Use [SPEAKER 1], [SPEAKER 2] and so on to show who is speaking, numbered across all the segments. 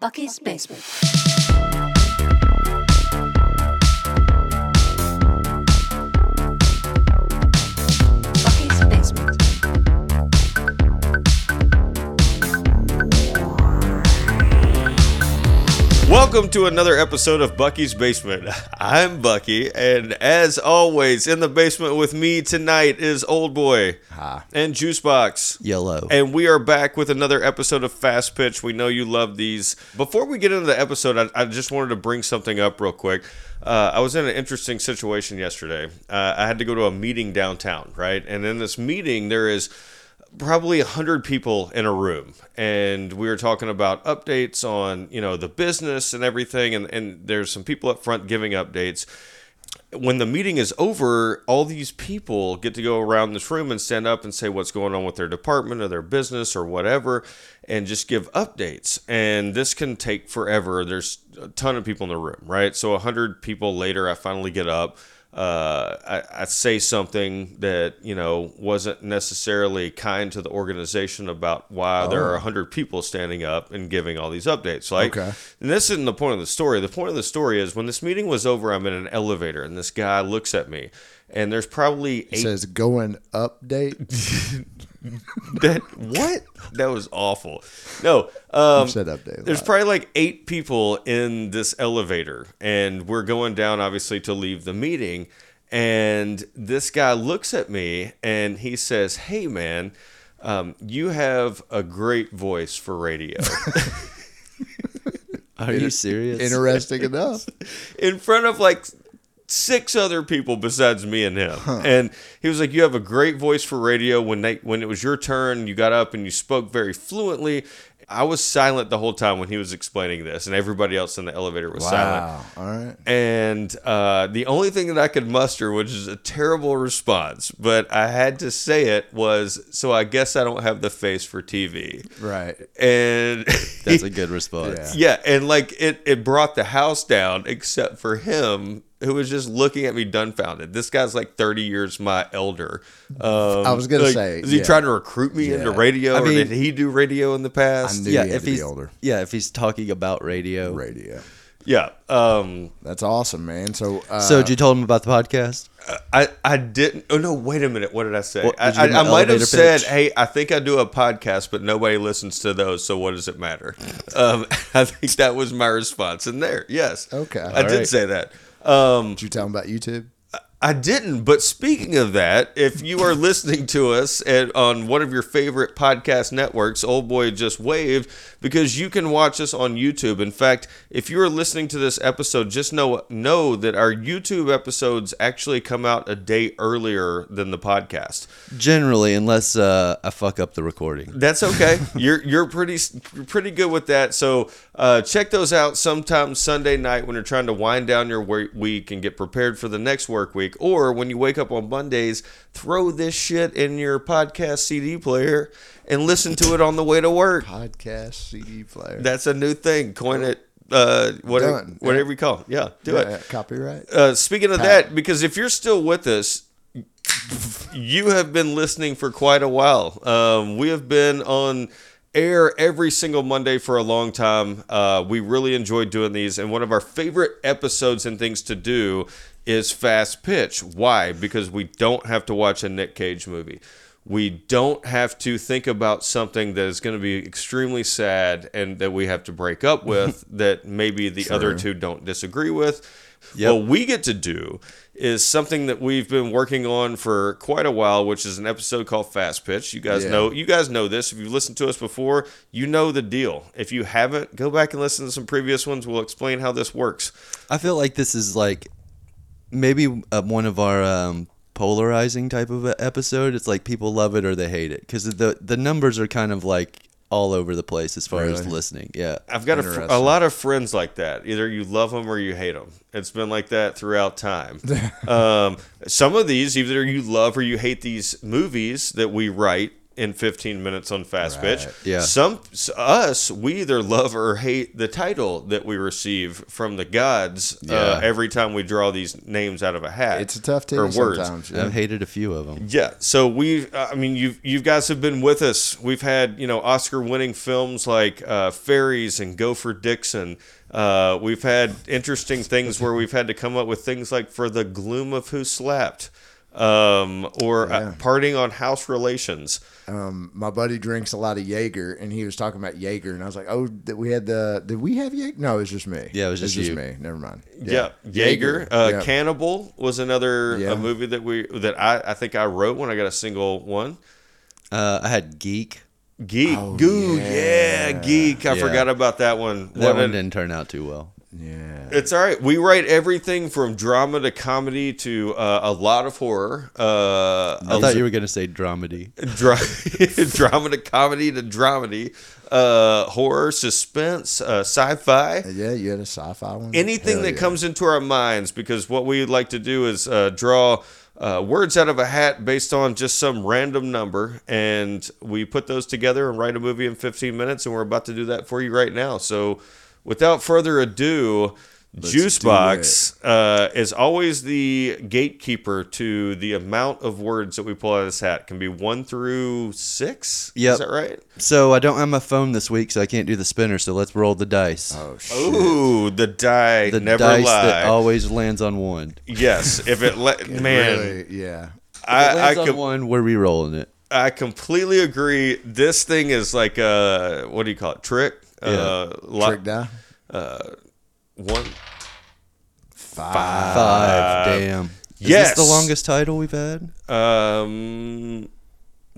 [SPEAKER 1] Bucky's Basement. Bucky's Basement.
[SPEAKER 2] Welcome to another episode of Bucky's Basement. I'm Bucky, and as always, in the basement with me tonight is Old Boy and Juicebox.
[SPEAKER 3] Yellow.
[SPEAKER 2] And we are back with another episode of Fast Pitch. We know you love these. Before we get into the episode, I, I just wanted to bring something up real quick. Uh, I was in an interesting situation yesterday. Uh, I had to go to a meeting downtown, right? And in this meeting, there is probably 100 people in a room and we were talking about updates on you know the business and everything and, and there's some people up front giving updates when the meeting is over, all these people get to go around this room and stand up and say what's going on with their department or their business or whatever, and just give updates. And this can take forever. There's a ton of people in the room, right? So, 100 people later, I finally get up. Uh, I, I say something that, you know, wasn't necessarily kind to the organization about why there are 100 people standing up and giving all these updates. Like,
[SPEAKER 3] Okay.
[SPEAKER 2] and this isn't the point of the story. The point of the story is when this meeting was over, I'm in an elevator and this guy looks at me. And there's probably eight.
[SPEAKER 3] says going update.
[SPEAKER 2] that, what? That was awful. No. Um,
[SPEAKER 3] said update a
[SPEAKER 2] There's
[SPEAKER 3] lot.
[SPEAKER 2] probably like eight people in this elevator, and we're going down, obviously, to leave the meeting. And this guy looks at me and he says, Hey, man, um, you have a great voice for radio.
[SPEAKER 4] Are you serious?
[SPEAKER 3] Interesting enough.
[SPEAKER 2] in front of like six other people besides me and him. And he was like, "You have a great voice for radio. When they, when it was your turn, you got up and you spoke very fluently." I was silent the whole time when he was explaining this, and everybody else in the elevator was silent.
[SPEAKER 3] All right.
[SPEAKER 2] And uh, the only thing that I could muster, which is a terrible response, but I had to say it, was so I guess I don't have the face for TV.
[SPEAKER 3] Right.
[SPEAKER 2] And
[SPEAKER 4] That's a good response.
[SPEAKER 3] Yeah.
[SPEAKER 2] yeah, and like it, it brought the house down, except for him, who was just looking at me dumbfounded. This guy's like thirty years my elder. Um,
[SPEAKER 3] I was gonna
[SPEAKER 2] like,
[SPEAKER 3] say,
[SPEAKER 2] is he
[SPEAKER 3] yeah.
[SPEAKER 2] trying to recruit me into
[SPEAKER 3] Yeah.
[SPEAKER 2] radio,
[SPEAKER 4] I
[SPEAKER 2] or
[SPEAKER 4] mean-
[SPEAKER 2] did he do radio in the past?
[SPEAKER 3] I knew- he had
[SPEAKER 4] if
[SPEAKER 3] to be
[SPEAKER 4] he's
[SPEAKER 3] older.
[SPEAKER 4] yeah, if he's talking about radio.
[SPEAKER 3] Radio.
[SPEAKER 2] yeah, um,
[SPEAKER 3] That's awesome, man. So, uh,
[SPEAKER 4] So did you tell him about the podcast?
[SPEAKER 2] I, I didn't. Oh no, wait a minute. What did I say?
[SPEAKER 4] What-
[SPEAKER 2] I,
[SPEAKER 4] did you give him
[SPEAKER 2] I, I
[SPEAKER 4] an
[SPEAKER 2] might have
[SPEAKER 4] elevator
[SPEAKER 2] said,
[SPEAKER 4] pitch?
[SPEAKER 2] "Hey, I think I do a podcast, but nobody listens to those. So what does it matter?" um, I think that was my response in there. Yes.
[SPEAKER 3] Okay.
[SPEAKER 2] I
[SPEAKER 3] All
[SPEAKER 2] did
[SPEAKER 3] right.
[SPEAKER 2] say that. Um,
[SPEAKER 3] did you tell him about YouTube?
[SPEAKER 2] I didn't. But speaking of that, if you are listening to us at, on one of your favorite podcast networks, Old Boy just waved because you can watch us on YouTube. In fact, if you are listening to this episode, just know know that our YouTube episodes actually come out a day earlier than the podcast.
[SPEAKER 4] Generally, unless uh, I fuck up the recording.
[SPEAKER 2] That's okay. you're you're pretty you're pretty good with that. So uh, check those out sometime Sunday night when you're trying to wind down your wor- week and get prepared for the next work week, or when you wake up on Mondays, throw this shit in your podcast CD player and listen to it on the way to work.
[SPEAKER 3] Podcast, CD player.
[SPEAKER 2] That's a new thing. Coin it. Uh, whatever,
[SPEAKER 3] Done. Yeah.
[SPEAKER 2] whatever you call. It. Yeah, do
[SPEAKER 3] Yeah,
[SPEAKER 2] it.
[SPEAKER 3] yeah, copyright.
[SPEAKER 2] Uh, speaking of that, because if you're still with us, you have been listening for quite a while. Um, we have been on air every single Monday for a long time. Uh, we really enjoy doing these, and one of our favorite episodes and things to do is Fast Pitch. Why? Because we don't have to watch a Nick Cage movie. We don't have to think about something that is going to be extremely sad and that we have to break up with that maybe the other two don't disagree with. What we get to do is something that we've been working on for quite a while, which is an episode called Fast Pitch. You guys
[SPEAKER 3] Yeah.
[SPEAKER 2] know you guys know this. If you've listened to us before, you know the deal. If you haven't, go back and listen to some previous ones. We'll explain how this works.
[SPEAKER 4] I feel like this is like maybe uh, one of our um, polarizing type of a episode. It's like people love it or they hate it because the the numbers are kind of like all over the place as far as
[SPEAKER 3] Really?
[SPEAKER 4] listening. Yeah.
[SPEAKER 2] I've got a, fr- a
[SPEAKER 3] Interesting.
[SPEAKER 2] lot of friends like that. Either you love them or you hate them. It's been like that throughout time. um, some of these, either you love or you hate these movies that we write in 15 minutes on Fast
[SPEAKER 3] Right.
[SPEAKER 2] Pitch.
[SPEAKER 4] Yeah.
[SPEAKER 2] Some s- us we either love or hate the title that we receive from the gods uh,
[SPEAKER 4] Yeah.
[SPEAKER 2] every time we draw these names out of a hat.
[SPEAKER 3] It's a tough
[SPEAKER 2] or
[SPEAKER 3] titty
[SPEAKER 2] words.
[SPEAKER 3] sometimes. yeah.
[SPEAKER 4] I've hated a few of them.
[SPEAKER 2] Yeah, so we've, I mean, you've, you guys have been with us. We've had, you know, Oscar winning films like uh, Fairies and Gopher Dixon. Uh, we've had interesting things where we've had to come up with things like For the Gloom of Who Slapped um, or uh,
[SPEAKER 3] Yeah.
[SPEAKER 2] Parting on House Relations.
[SPEAKER 3] Um, my buddy drinks a lot of Jaeger, and he was talking about Jaeger, and I was like, "Oh, that we had the did we have Jaeger? No, it was just me.
[SPEAKER 4] Yeah, it was
[SPEAKER 3] It's
[SPEAKER 4] just you.
[SPEAKER 3] me. Never mind.
[SPEAKER 2] Yeah, Jaeger. Uh,
[SPEAKER 3] yeah.
[SPEAKER 2] Cannibal was another
[SPEAKER 3] Yeah.
[SPEAKER 2] uh movie that we that I, I think I wrote when I got a single one.
[SPEAKER 4] Uh, I had Geek.
[SPEAKER 2] Geek, goo, yeah. geek. I
[SPEAKER 4] Yeah.
[SPEAKER 2] forgot about that one.
[SPEAKER 4] That
[SPEAKER 2] What
[SPEAKER 4] one
[SPEAKER 2] an-
[SPEAKER 4] didn't turn out too well.
[SPEAKER 3] yeah.
[SPEAKER 2] It's all right. We write everything from drama to comedy to uh, a lot of horror. Uh,
[SPEAKER 3] Oh,
[SPEAKER 4] I thought you were gonna say dramedy.
[SPEAKER 2] dra- drama to comedy to dramedy, uh, horror, suspense, uh, sci-fi.
[SPEAKER 3] Yeah, you had a sci-fi one.
[SPEAKER 2] Anything
[SPEAKER 3] Hell
[SPEAKER 2] that
[SPEAKER 3] yeah.
[SPEAKER 2] comes into our minds, because what we like to do is uh, draw uh, words out of a hat based on just some random number, and we put those together and write a movie in 15 minutes, and we're about to do that for you right now. So, without further ado, Juice
[SPEAKER 3] do
[SPEAKER 2] Box uh, is always the gatekeeper to the amount of words that we pull out of this hat. Can be one through six.
[SPEAKER 4] Yep.
[SPEAKER 2] Is that right?
[SPEAKER 4] So I don't have my phone this week, so I can't do the spinner. So let's roll the dice.
[SPEAKER 3] Oh shit.
[SPEAKER 2] Ooh, the die
[SPEAKER 4] the
[SPEAKER 2] never
[SPEAKER 4] dice
[SPEAKER 2] lie.
[SPEAKER 4] that always lands on one.
[SPEAKER 2] yes, if it let man,
[SPEAKER 3] Really, yeah.
[SPEAKER 4] it
[SPEAKER 2] I I,
[SPEAKER 4] lands on
[SPEAKER 2] com-
[SPEAKER 4] one. We're re-rolling it.
[SPEAKER 2] I completely agree. This thing is like a what do you call it? Trick. Uh, lo-
[SPEAKER 3] Trick die.
[SPEAKER 2] One.
[SPEAKER 3] Five.
[SPEAKER 4] Five. damn. Is
[SPEAKER 2] Uh, yes.
[SPEAKER 4] this the longest title we've had?
[SPEAKER 2] Um,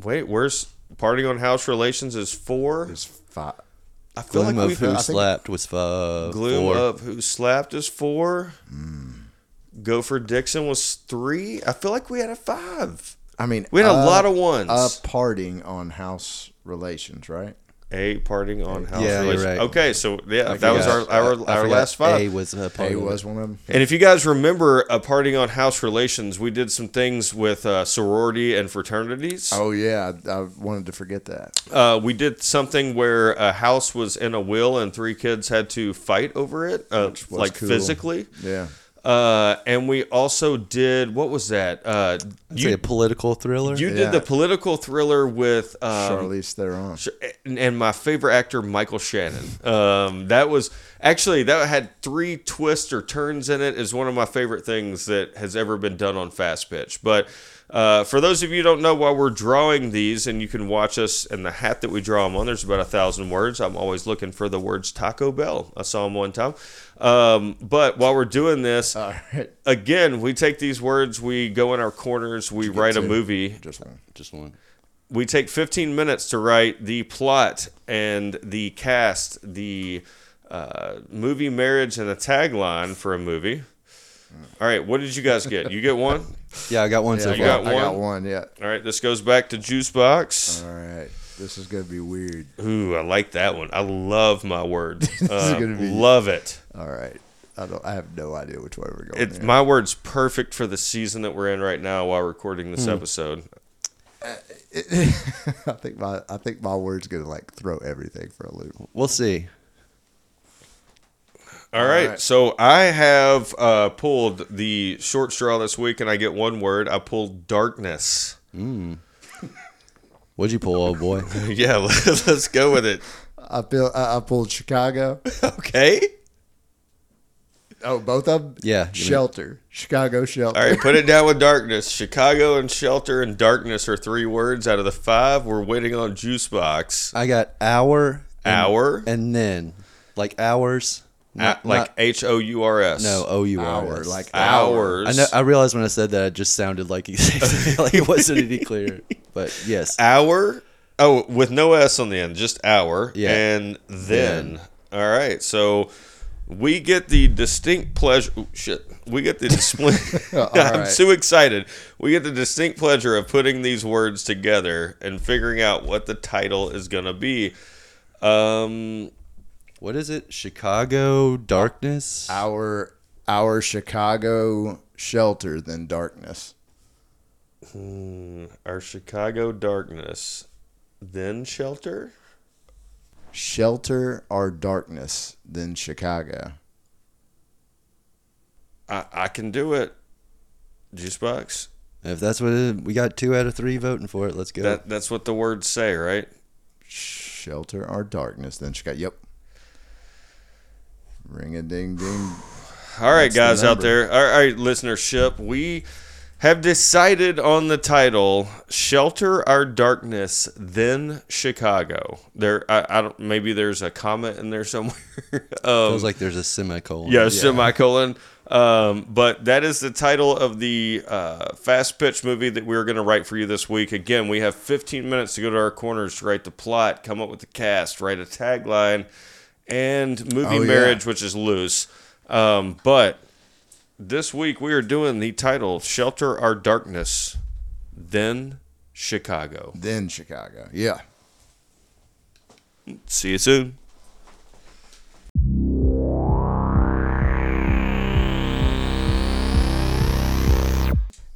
[SPEAKER 2] wait, where's party on house relations is four.
[SPEAKER 3] It's five.
[SPEAKER 2] I feel
[SPEAKER 4] Gloom
[SPEAKER 2] like
[SPEAKER 4] of
[SPEAKER 2] we've
[SPEAKER 4] Who
[SPEAKER 3] I think-
[SPEAKER 4] Slapped was five.
[SPEAKER 2] gloom
[SPEAKER 4] four. Hmm.
[SPEAKER 2] of who slapped is four. Gopher Dixon was three. I feel like we had a five.
[SPEAKER 3] I mean,
[SPEAKER 2] We had a
[SPEAKER 3] uh,
[SPEAKER 2] lot of ones.
[SPEAKER 3] uh, parting on house relations, right?
[SPEAKER 2] A parting on house
[SPEAKER 4] Yeah, you're
[SPEAKER 2] relations.
[SPEAKER 4] right.
[SPEAKER 2] Okay, so yeah,
[SPEAKER 3] I
[SPEAKER 2] that was our
[SPEAKER 3] forgot.
[SPEAKER 2] our,
[SPEAKER 4] I
[SPEAKER 2] our
[SPEAKER 4] forgot
[SPEAKER 2] last five.
[SPEAKER 4] A was a part
[SPEAKER 3] He
[SPEAKER 4] of it.
[SPEAKER 3] was one of them.
[SPEAKER 2] And if you guys remember a parting on house relations, we did some things with uh, sorority and fraternities.
[SPEAKER 3] Oh yeah, I, I wanted to forget that.
[SPEAKER 2] Uh, we did something where a house was in a will and three kids had to fight over it, uh,
[SPEAKER 3] was
[SPEAKER 2] like
[SPEAKER 3] cool.
[SPEAKER 2] physically.
[SPEAKER 3] Yeah.
[SPEAKER 2] Uh, and we also did what was that? Uh,
[SPEAKER 4] I'd say a
[SPEAKER 2] you
[SPEAKER 4] political thriller.
[SPEAKER 2] you
[SPEAKER 3] Yeah.
[SPEAKER 2] did the political thriller with um,
[SPEAKER 3] Charlize Theron.
[SPEAKER 2] Sh- and- and my favorite actor Michael Shannon. Um, that was actually that had three twists or turns in it. Is one of my favorite things that has ever been done on Fast Pitch. But uh, for those of you who don't know, while we're drawing these, and you can watch us and the hat that we draw them on. There's about a thousand words. I'm always looking for the words Taco Bell. I saw them one time. Um, but while we're doing this,
[SPEAKER 3] All right.
[SPEAKER 2] again, we take these words, we go in our corners, we write a
[SPEAKER 3] two?
[SPEAKER 2] movie,
[SPEAKER 3] Just one.
[SPEAKER 4] Just one.
[SPEAKER 2] we take 15 minutes to write the plot and the cast, the uh, movie marriage, and the tagline for a movie. All right, what did you guys get? You get one?
[SPEAKER 4] Yeah, I got one so
[SPEAKER 3] I
[SPEAKER 2] you
[SPEAKER 4] far.
[SPEAKER 2] got
[SPEAKER 3] got, I got
[SPEAKER 2] one?
[SPEAKER 3] one. Yeah.
[SPEAKER 2] All right, this goes back to Juice Box.
[SPEAKER 3] All right. This is gonna be weird.
[SPEAKER 2] Ooh, I like that one. I love my words. Uh,
[SPEAKER 3] gonna be- Oh,
[SPEAKER 2] love it.
[SPEAKER 3] All right. I don't. I have no idea which way we're going.
[SPEAKER 2] It's,
[SPEAKER 3] here.
[SPEAKER 2] my word's perfect for the season that we're in right now while recording this episode.
[SPEAKER 3] I think my. I think my word's gonna like throw everything for a loop.
[SPEAKER 4] We'll see.
[SPEAKER 2] All right.
[SPEAKER 3] right.
[SPEAKER 2] So I have uh, pulled the short straw this week, and I get one word. I pulled darkness.
[SPEAKER 4] What'd you pull, old boy?
[SPEAKER 2] yeah, let- let's go with it.
[SPEAKER 3] I feel. I, I pulled Chicago.
[SPEAKER 2] Okay.
[SPEAKER 3] Oh, both of them.
[SPEAKER 4] Yeah, give me-
[SPEAKER 3] Shelter. Chicago shelter.
[SPEAKER 2] All right. Put it down with darkness. Chicago and shelter and darkness are three words out of the five. We're waiting on juice box.
[SPEAKER 4] I got hour. and-
[SPEAKER 2] Hour?
[SPEAKER 4] And then, like hours.
[SPEAKER 2] Uh,
[SPEAKER 4] Not,
[SPEAKER 2] like
[SPEAKER 4] not-
[SPEAKER 2] H O U R S.
[SPEAKER 4] no, O U R.
[SPEAKER 3] Hour. Like
[SPEAKER 2] Hours.
[SPEAKER 4] I know. I realized when I said that, it just sounded like he like it wasn't any clearer. But yes,
[SPEAKER 2] hour. Oh, with no S on the end, just hour.
[SPEAKER 4] Yeah.
[SPEAKER 2] And then. All right. So we get the distinct pleasure. ooh, shit. We get the display.
[SPEAKER 3] All
[SPEAKER 2] I'm
[SPEAKER 3] right.
[SPEAKER 2] too excited. We get the distinct pleasure of putting these words together and figuring out what the title is going to be. Um,
[SPEAKER 4] what is it? Chicago darkness.
[SPEAKER 3] Our our Chicago shelter than darkness.
[SPEAKER 2] our Chicago hmm, darkness then shelter.
[SPEAKER 3] Shelter or darkness than Chicago.
[SPEAKER 2] I, I can do it. Juice box.
[SPEAKER 4] If that's what it is, we got two out of three voting for it. Let's go.
[SPEAKER 2] That that's what the words say, right?
[SPEAKER 3] Shelter or darkness than Chicago. Yep. Ring a ding ding.
[SPEAKER 2] All right,
[SPEAKER 3] That's the
[SPEAKER 2] guys out
[SPEAKER 3] number.
[SPEAKER 2] there. All right, listenership. We have decided on the title "Shelter Our Darkness." Then Chicago. There, I, I don't. Maybe there's a comment in there somewhere. um,
[SPEAKER 4] Feels like there's a semicolon.
[SPEAKER 2] yeah, semicolon. Um, but that is the title of the uh, fast pitch movie that we are going to write for you this week. Again, we have 15 minutes to go to our corners to write the plot, come up with the cast, write a tagline, and movie
[SPEAKER 3] Oh, yeah.
[SPEAKER 2] marriage, which is loose. Um, but this week we are doing the title "Shelter Our Darkness," then Chicago.
[SPEAKER 3] Then Chicago. Yeah.
[SPEAKER 2] See you soon.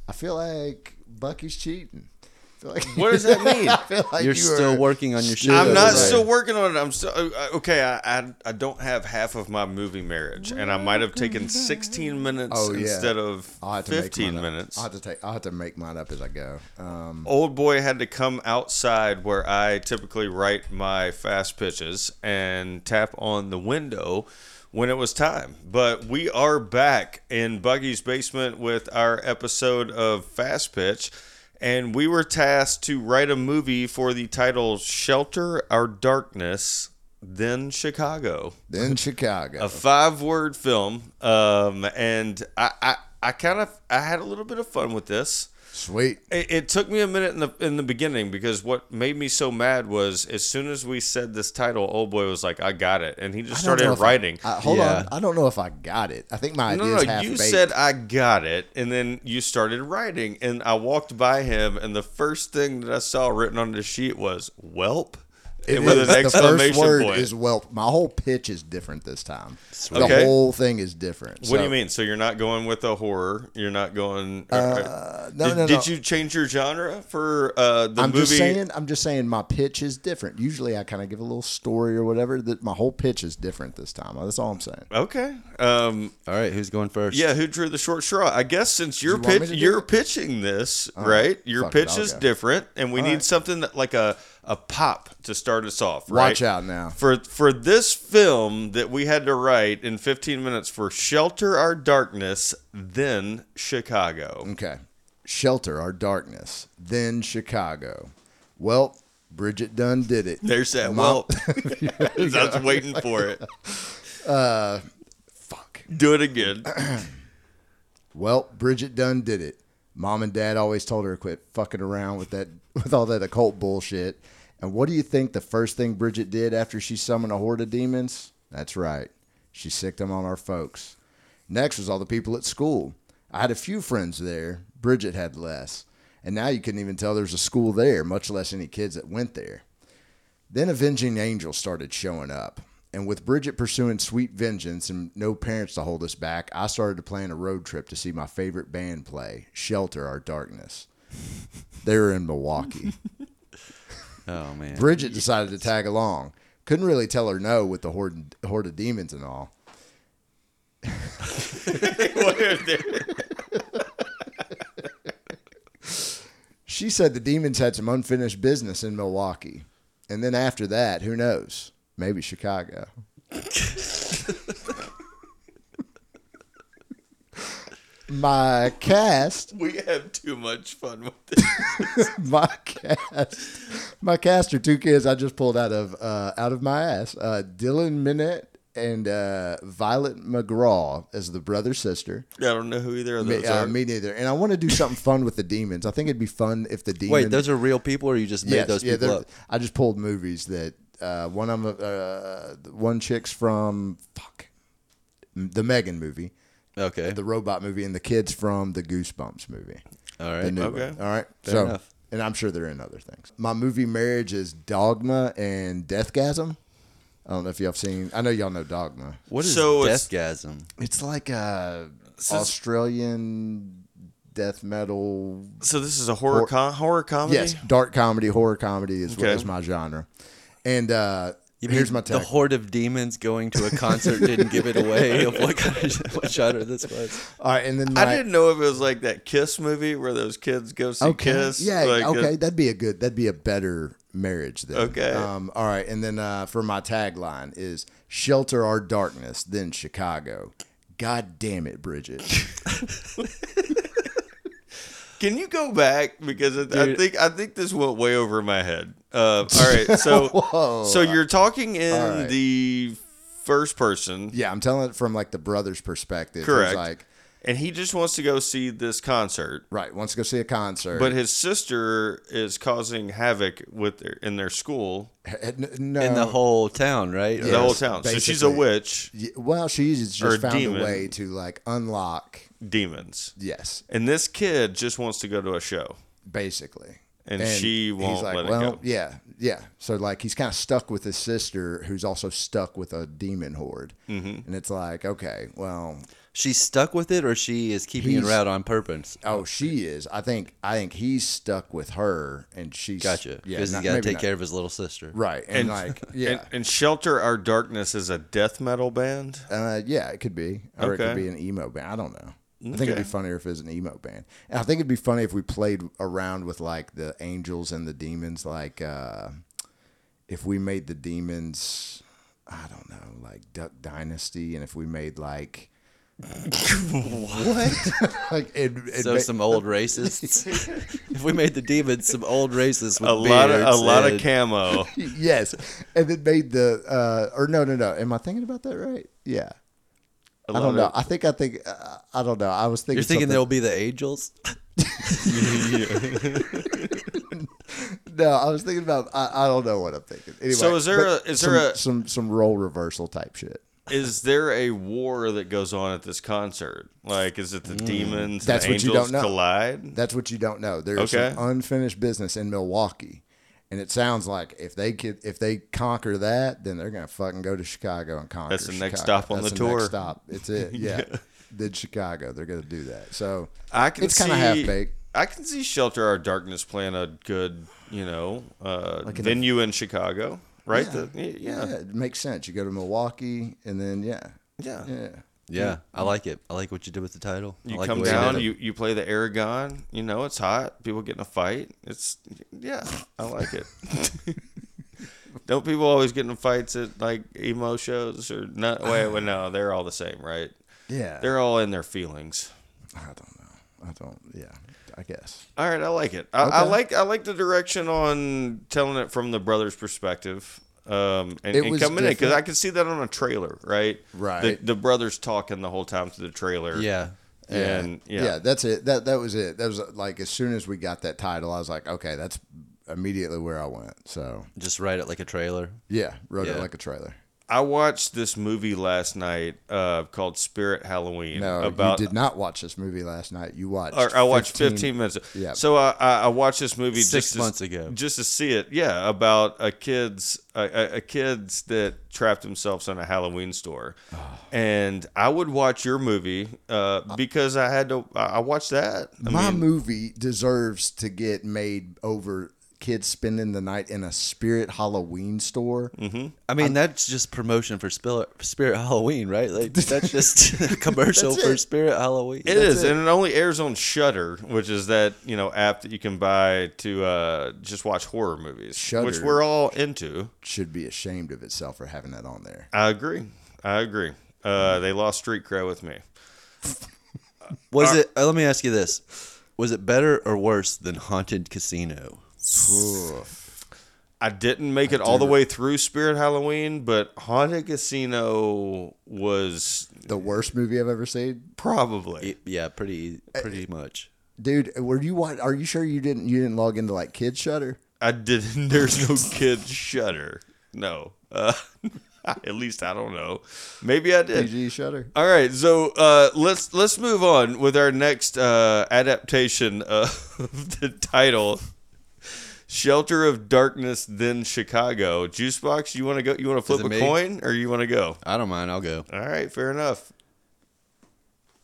[SPEAKER 3] I feel like Bucky's cheating. I feel like,
[SPEAKER 2] What does that mean?
[SPEAKER 3] I feel like
[SPEAKER 4] You're
[SPEAKER 3] you
[SPEAKER 4] still
[SPEAKER 3] are-
[SPEAKER 4] working on your shit.
[SPEAKER 2] I'm not
[SPEAKER 3] right.
[SPEAKER 2] still working on it. I'm still uh, okay. I, I I don't have half of my movie marriage, and I might have taken 16 minutes
[SPEAKER 3] Oh, yeah.
[SPEAKER 2] instead of
[SPEAKER 3] I'll have to make
[SPEAKER 2] 15
[SPEAKER 3] mine up.
[SPEAKER 2] minutes.
[SPEAKER 3] I'll have to take. I'll have to make mine up as I go. Um,
[SPEAKER 2] Old boy had to come outside where I typically write my fast pitches and tap on the window when it was time. But we are back in Buggy's basement with our episode of Fast Pitch. And we were tasked to write a movie for the title Shelter Our Darkness, then Chicago
[SPEAKER 3] then Chicago.
[SPEAKER 2] a five word film um, and i, I, I kind of i had a little bit of fun with this
[SPEAKER 3] Sweet.
[SPEAKER 2] it, it took me a minute in the in the beginning because what made me so mad was as soon as we said this title old boy was like i got it and he just
[SPEAKER 3] I don't
[SPEAKER 2] started
[SPEAKER 3] know if I-
[SPEAKER 2] writing
[SPEAKER 3] I- hold
[SPEAKER 4] Yeah.
[SPEAKER 3] on. I don't know if I got it. I think my idea
[SPEAKER 2] no, no,
[SPEAKER 3] is
[SPEAKER 2] no.
[SPEAKER 3] half
[SPEAKER 2] You
[SPEAKER 3] baked.
[SPEAKER 2] said I got it, and then you started writing, and I walked by him, and the first thing that I saw written on the sheet was "Welp,"
[SPEAKER 3] It
[SPEAKER 2] and with
[SPEAKER 3] is.
[SPEAKER 2] an
[SPEAKER 3] the
[SPEAKER 2] exclamation
[SPEAKER 3] first word
[SPEAKER 2] point.
[SPEAKER 3] is whelp. My whole pitch is different this time.
[SPEAKER 2] Okay.
[SPEAKER 3] The whole thing is different.
[SPEAKER 2] What do you mean? So you're not going with a horror? You're not going? uh,
[SPEAKER 3] Uh, no,
[SPEAKER 2] did,
[SPEAKER 3] no,
[SPEAKER 2] did
[SPEAKER 3] no.
[SPEAKER 2] you change your genre for uh, the
[SPEAKER 3] I'm
[SPEAKER 2] movie?
[SPEAKER 3] just saying. I'm just saying. My pitch is different. Usually, I kind of give a little story or whatever. That my whole pitch is different this time. That's all I'm saying.
[SPEAKER 2] Okay. Um,
[SPEAKER 4] All right, who's going first?
[SPEAKER 2] yeah. Who drew the short straw? I guess since you're
[SPEAKER 3] you want me
[SPEAKER 2] pitch,
[SPEAKER 3] to do
[SPEAKER 2] you're
[SPEAKER 3] it?
[SPEAKER 2] pitching this right. Your
[SPEAKER 3] Fuck it,
[SPEAKER 2] pitch
[SPEAKER 3] I'll
[SPEAKER 2] is
[SPEAKER 3] go.
[SPEAKER 2] different, and we need something that like a a pop to start us off. Right?
[SPEAKER 3] Watch out now.
[SPEAKER 2] for for this film that we had to write in 15 minutes for Shelter Our Darkness, then Chicago.
[SPEAKER 3] Okay. Shelter our darkness. Then Chicago. Well, Bridget Dunn did it.
[SPEAKER 2] There's that.
[SPEAKER 3] Mom-
[SPEAKER 2] Well, I was waiting for it.
[SPEAKER 3] Uh, Fuck.
[SPEAKER 2] Do it again.
[SPEAKER 3] Well, Bridget Dunn did it. Mom and Dad always told her to quit fucking around with that with all that occult bullshit. And what do you think the first thing Bridget did after she summoned a horde of demons? That's right. She sicked them on our folks. Next was all the people at school. I had a few friends there. Bridget had less. And now you couldn't even tell there's a school there, much less any kids that went there. Then Avenging Angel started showing up. And with Bridget pursuing sweet vengeance and no parents to hold us back, I started to plan a road trip to see my favorite band play, Shelter Our Darkness. They were in Milwaukee.
[SPEAKER 4] Oh man.
[SPEAKER 3] Bridget decided to tag along. Couldn't really tell her no with the horde, horde of demons and all. She said the demons had some unfinished business in Milwaukee. And then after that, who knows? Maybe Chicago. my cast,
[SPEAKER 2] we have too much fun with this.
[SPEAKER 3] my cast, my cast are two kids I just pulled out of uh, out of my ass. Uh, Dylan Minnette and uh, Violet McGraw as the brother sister.
[SPEAKER 2] I don't know who either of those
[SPEAKER 3] Me, uh,
[SPEAKER 2] are.
[SPEAKER 3] me neither. And I want to do something fun with the demons. I think it'd be fun if the demons.
[SPEAKER 4] Wait, those are real people, or you just made those people
[SPEAKER 3] they're-
[SPEAKER 4] up?
[SPEAKER 3] I just pulled movies that uh, one of 'em, uh, one chick's from fuck the Megan movie,
[SPEAKER 4] Okay.
[SPEAKER 3] the robot movie, and the kids from the Goosebumps movie.
[SPEAKER 4] All
[SPEAKER 3] The
[SPEAKER 4] right.
[SPEAKER 3] new
[SPEAKER 2] Okay.
[SPEAKER 3] one. All right. so,
[SPEAKER 4] enough.
[SPEAKER 3] and I'm sure they're in other things. My movie marriage is Dogma and Deathgasm. I don't know if y'all have seen. I know y'all know Dogma.
[SPEAKER 4] What is
[SPEAKER 2] So it's-
[SPEAKER 4] deathgasm?
[SPEAKER 3] It's like a Australian death metal.
[SPEAKER 2] So this is a horror
[SPEAKER 3] Hor-
[SPEAKER 2] com- horror comedy.
[SPEAKER 3] Yes, dark comedy, horror comedy is,
[SPEAKER 2] Okay.
[SPEAKER 3] is my genre. And uh, here's my
[SPEAKER 4] the
[SPEAKER 3] tech.
[SPEAKER 4] horde of demons going to a concert didn't give it away of what kind of what genre this was.
[SPEAKER 3] All right, and then my,
[SPEAKER 2] I didn't know if it was like that Kiss movie where those kids go see Kiss.
[SPEAKER 3] Yeah.
[SPEAKER 2] like, uh,
[SPEAKER 3] okay. that'd be a good. That'd be a better marriage. Then.
[SPEAKER 2] Okay.
[SPEAKER 3] Um, all right. And then uh, for my tagline is "Shelter our darkness, then Chicago." God damn it, Bridget.
[SPEAKER 2] Can you go back because I, I
[SPEAKER 4] Dude.
[SPEAKER 2] think I think this went way over my head. Uh, all right, so
[SPEAKER 3] Whoa.
[SPEAKER 2] so you're talking in
[SPEAKER 3] All right.
[SPEAKER 2] the first person,
[SPEAKER 3] yeah, I'm telling it from like the brother's perspective. It's
[SPEAKER 2] correct?
[SPEAKER 3] like,
[SPEAKER 2] and he just wants to go see this concert,
[SPEAKER 3] right, wants to go see a concert,
[SPEAKER 2] but his sister is causing havoc with their, in their school,
[SPEAKER 3] N- no,
[SPEAKER 4] In the whole town, right?
[SPEAKER 2] the
[SPEAKER 3] Um, Yeah.
[SPEAKER 2] whole
[SPEAKER 3] Yes,
[SPEAKER 2] town. So she's a
[SPEAKER 3] basically.
[SPEAKER 2] witch,
[SPEAKER 3] Y- Well, she's
[SPEAKER 2] Or
[SPEAKER 3] just found
[SPEAKER 2] demon.
[SPEAKER 3] a way to like unlock.
[SPEAKER 2] demons,
[SPEAKER 3] Yes,
[SPEAKER 2] and this kid just wants to go to a show.
[SPEAKER 3] basically.
[SPEAKER 2] And she won't
[SPEAKER 3] he's like,
[SPEAKER 2] let it
[SPEAKER 3] well,
[SPEAKER 2] go.
[SPEAKER 3] Yeah, yeah. So like he's kind of stuck with his sister, who's also stuck with a demon horde. Mm-hmm. And it's like, okay, well,
[SPEAKER 4] She's stuck with it, or she is keeping it
[SPEAKER 3] He's-
[SPEAKER 4] out on purpose.
[SPEAKER 3] oh, she is. I think I think he's stuck with her, and she's
[SPEAKER 4] Gotcha.
[SPEAKER 3] Yeah,
[SPEAKER 4] Because
[SPEAKER 3] not-
[SPEAKER 4] he's got to
[SPEAKER 3] maybe
[SPEAKER 4] take
[SPEAKER 3] not.
[SPEAKER 4] care of his little sister.
[SPEAKER 3] Right, and, like yeah.
[SPEAKER 2] And, and Shelter Our Darkness is a death metal band.
[SPEAKER 3] Uh, yeah, it could be, or it
[SPEAKER 2] Okay.
[SPEAKER 3] could be an emo band. I don't know. I think it'd
[SPEAKER 2] Okay.
[SPEAKER 3] be funnier if it was an emo band. And I think it'd be funny if we played around with like the angels and the demons. Like, uh, if we made the demons, I don't know, like Duck Dynasty, and if we made like what, like it, it
[SPEAKER 4] So
[SPEAKER 3] ma-
[SPEAKER 4] some old racists. if we made the demons some old racists with
[SPEAKER 2] A lot of a
[SPEAKER 4] beards
[SPEAKER 2] lot of
[SPEAKER 4] and-
[SPEAKER 2] camo.
[SPEAKER 3] yes, and it made the uh, or no, no, no. Am I thinking about that right? Yeah,
[SPEAKER 2] A
[SPEAKER 3] I
[SPEAKER 2] lot
[SPEAKER 3] don't
[SPEAKER 2] of-
[SPEAKER 3] know. I think I think uh, I don't know. I was thinking
[SPEAKER 4] You're thinking
[SPEAKER 3] something-
[SPEAKER 4] there'll be the angels.
[SPEAKER 3] No, I was thinking about. I, I don't know what I'm thinking. Anyway,
[SPEAKER 2] So is there
[SPEAKER 3] but
[SPEAKER 2] a- is there
[SPEAKER 3] some, some some role reversal type shit?
[SPEAKER 2] is there a war that goes on at this concert? Like, is it the demons
[SPEAKER 3] Mm, That's
[SPEAKER 2] and
[SPEAKER 3] what you
[SPEAKER 2] angels
[SPEAKER 3] don't know.
[SPEAKER 2] collide?
[SPEAKER 3] That's what you don't know. There's
[SPEAKER 2] Okay.
[SPEAKER 3] some unfinished business in Milwaukee, and it sounds like if they could, if they conquer that, then they're gonna fucking go to Chicago and conquer.
[SPEAKER 2] That's the next
[SPEAKER 3] Chicago.
[SPEAKER 2] stop on
[SPEAKER 3] That's
[SPEAKER 2] the
[SPEAKER 3] next
[SPEAKER 2] tour.
[SPEAKER 3] stop. It's it. Yeah. Did Chicago? They're gonna do that. So
[SPEAKER 2] I can
[SPEAKER 3] It's
[SPEAKER 2] see
[SPEAKER 3] kinda half-baked.
[SPEAKER 2] I can see Shelter Our Darkness playing a good, you know, uh, venue in Chicago, right?
[SPEAKER 3] Yeah.
[SPEAKER 2] The- y-
[SPEAKER 3] yeah,
[SPEAKER 2] yeah.
[SPEAKER 3] it makes sense. You go to Milwaukee, and then yeah,
[SPEAKER 2] Yeah.
[SPEAKER 3] yeah.
[SPEAKER 4] Yeah, I like it. I like what you did with the title. I
[SPEAKER 2] You
[SPEAKER 4] like the
[SPEAKER 2] come
[SPEAKER 4] way did
[SPEAKER 2] down,
[SPEAKER 4] it.
[SPEAKER 2] you, you play the Aragon. You know, it's hot. People get in a fight. It's, yeah, I like it. Don't people always get in fights at like emo shows or not? Wait, wait, no, they're all the same, right?
[SPEAKER 3] Yeah.
[SPEAKER 2] They're all in their feelings.
[SPEAKER 3] I don't know. I don't. Yeah. I guess.
[SPEAKER 2] All right, I like it. I, I like I like the direction on telling it from the brother's perspective. Um, and,
[SPEAKER 3] It
[SPEAKER 2] and
[SPEAKER 3] was
[SPEAKER 2] coming in because
[SPEAKER 3] different.
[SPEAKER 2] I could see that on a trailer, right?
[SPEAKER 3] Right.
[SPEAKER 2] The, the brothers talking the whole time through the trailer.
[SPEAKER 4] Yeah.
[SPEAKER 2] and yeah,
[SPEAKER 3] that's it. That that was it. That was like as soon as we got that title, I was like, okay, that's immediately where I went. So
[SPEAKER 4] Just write it like a trailer.
[SPEAKER 3] yeah, wrote
[SPEAKER 4] Yeah.
[SPEAKER 3] it like a trailer.
[SPEAKER 2] I watched this movie last night uh, called Spirit Halloween.
[SPEAKER 3] No,
[SPEAKER 2] about uh,
[SPEAKER 3] you did not watch this movie last night. You watched.
[SPEAKER 2] or I watched 15, minutes.
[SPEAKER 3] Yeah.
[SPEAKER 2] So I, I I watched this movie
[SPEAKER 4] Six
[SPEAKER 2] just
[SPEAKER 4] months
[SPEAKER 2] to,
[SPEAKER 4] ago.
[SPEAKER 2] just to see it. Yeah, about a kids a, a, a kids that trapped themselves in a Halloween store, and I would watch your movie uh, because I had to. I I watched that. I
[SPEAKER 3] My
[SPEAKER 2] mean,
[SPEAKER 3] movie deserves to get made over kids spending the night in a spirit Halloween store.
[SPEAKER 2] Mm-hmm.
[SPEAKER 4] I mean, that's just promotion for Spirit, Spirit Halloween, right? Like that's just a commercial for Spirit Halloween.
[SPEAKER 2] it is, and it only airs on Shutter, which is that you know app that you can buy to uh, just watch horror movies, which
[SPEAKER 3] Shudder.
[SPEAKER 2] we're all into.
[SPEAKER 3] Should be ashamed of itself for having that on there.
[SPEAKER 2] I agree. I agree. Uh, they lost street cred with me.
[SPEAKER 4] Was it? uh, Let me ask you this: Was it better or worse than Haunted Casino?
[SPEAKER 2] I didn't make it all the way through Spirit Halloween, but Haunted Casino was
[SPEAKER 3] The worst movie I've ever seen,
[SPEAKER 2] probably.
[SPEAKER 4] Y- Yeah, pretty pretty much.
[SPEAKER 3] dude. Were you? wa- Are you sure you didn't? You didn't log into like Kid Shutter?
[SPEAKER 2] I didn't. There's no kid shudder. No. Uh, at least I don't know. Maybe I did.
[SPEAKER 3] PG Shutter.
[SPEAKER 2] All right, so uh, let's let's move on with our next uh, adaptation of the title, "Shelter of Darkness." Then Chicago, Juicebox. You want to go? You want to flip
[SPEAKER 4] it
[SPEAKER 2] a
[SPEAKER 4] me?
[SPEAKER 2] coin, or you want to go?
[SPEAKER 4] I don't mind. I'll go.
[SPEAKER 2] All right, fair enough.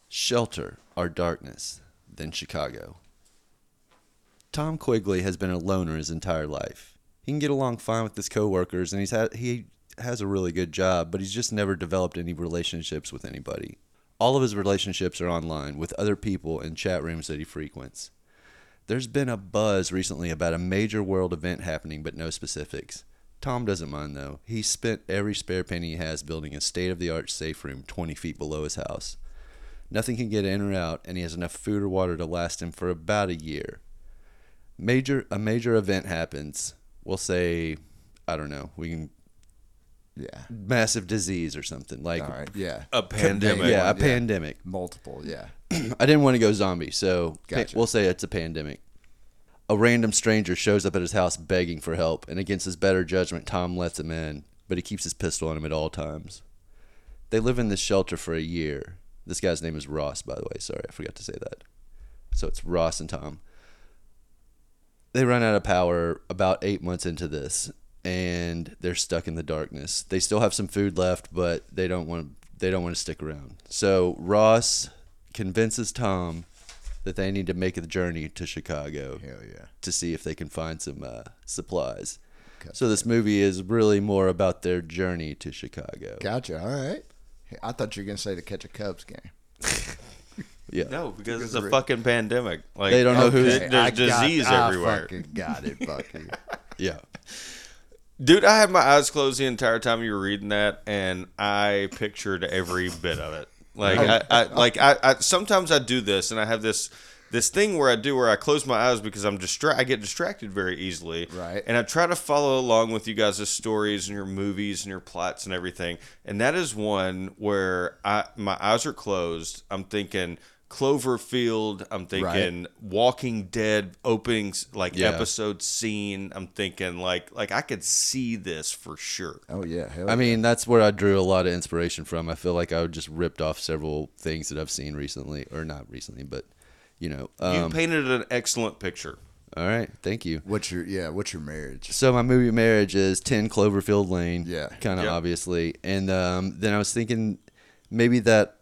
[SPEAKER 4] Shelter our darkness, than Chicago. Tom Quigley has been a loner his entire life. He can get along fine with his coworkers, and he's ha- he has a really good job, but he's just never developed any relationships with anybody. All of his relationships are online with other people in chat rooms that he frequents. There's been a buzz recently about a major world event happening, but no specifics. Tom doesn't mind though. He spent every spare penny he has building a state of the art safe room 20 feet below his house. Nothing can get in or out, and he has enough food or water to last him for about a year. Major a major event happens. We'll say, I don't know, we can
[SPEAKER 3] Yeah.
[SPEAKER 4] massive disease or something like
[SPEAKER 3] All right. Yeah.
[SPEAKER 2] A pandemic.
[SPEAKER 4] yeah, a pandemic.
[SPEAKER 3] Multiple. Yeah.
[SPEAKER 4] I didn't want to go zombie, so pa-
[SPEAKER 3] Gotcha.
[SPEAKER 4] we'll say it's a pandemic. A random stranger shows up at his house begging for help, and against his better judgment, Tom lets him in, but he keeps his pistol on him at all times. They live in this shelter for a year. This guy's name is Ross, by the way. Sorry, I forgot to say that. So it's Ross and Tom. They run out of power about eight months into this, and they're stuck in the darkness. They still have some food left, but they don't want they don't want to stick around. So Ross convinces Tom that they need to make the journey to Chicago
[SPEAKER 3] Hell yeah.
[SPEAKER 4] to see if they can find some uh, supplies. So this movie is really more about their journey to Chicago.
[SPEAKER 3] Gotcha. All right. Hey, I thought you were gonna say to catch a Cubs game.
[SPEAKER 4] Yeah.
[SPEAKER 2] No, because it's
[SPEAKER 3] of
[SPEAKER 2] a
[SPEAKER 3] it.
[SPEAKER 2] fucking pandemic. Like
[SPEAKER 4] They don't know who-
[SPEAKER 2] there-
[SPEAKER 3] Okay,
[SPEAKER 2] There's
[SPEAKER 3] I got-
[SPEAKER 2] disease
[SPEAKER 3] I
[SPEAKER 2] everywhere.
[SPEAKER 3] fucking got it, Bucky.
[SPEAKER 4] Yeah.
[SPEAKER 2] Dude, I had my eyes closed the entire time you were reading that, and I pictured every bit of it. Like I, I like I, I sometimes I do this, and I have this this thing where I do where I close my eyes because I'm distra- I get distracted very easily.
[SPEAKER 3] Right.
[SPEAKER 2] And I try to follow along with you guys' stories and your movies and your plots and everything. And that is one where I my eyes are closed. I'm thinking Cloverfield. I'm thinking Walking Dead openings like
[SPEAKER 4] Yeah.
[SPEAKER 2] episode scene. I'm thinking like like I could see this for sure.
[SPEAKER 3] oh yeah. Hell
[SPEAKER 4] I mean, that's where I drew a lot of inspiration from. I feel like I just ripped off several things that I've seen recently, or not recently, but you know.
[SPEAKER 2] You
[SPEAKER 4] Um,
[SPEAKER 2] painted an excellent picture.
[SPEAKER 4] all right, thank you.
[SPEAKER 3] what's your yeah? What's your marriage?
[SPEAKER 4] So my movie marriage is Ten Cloverfield Lane.
[SPEAKER 3] Yeah.
[SPEAKER 4] kind of
[SPEAKER 2] Yeah.
[SPEAKER 4] obviously. And um, then I was thinking maybe that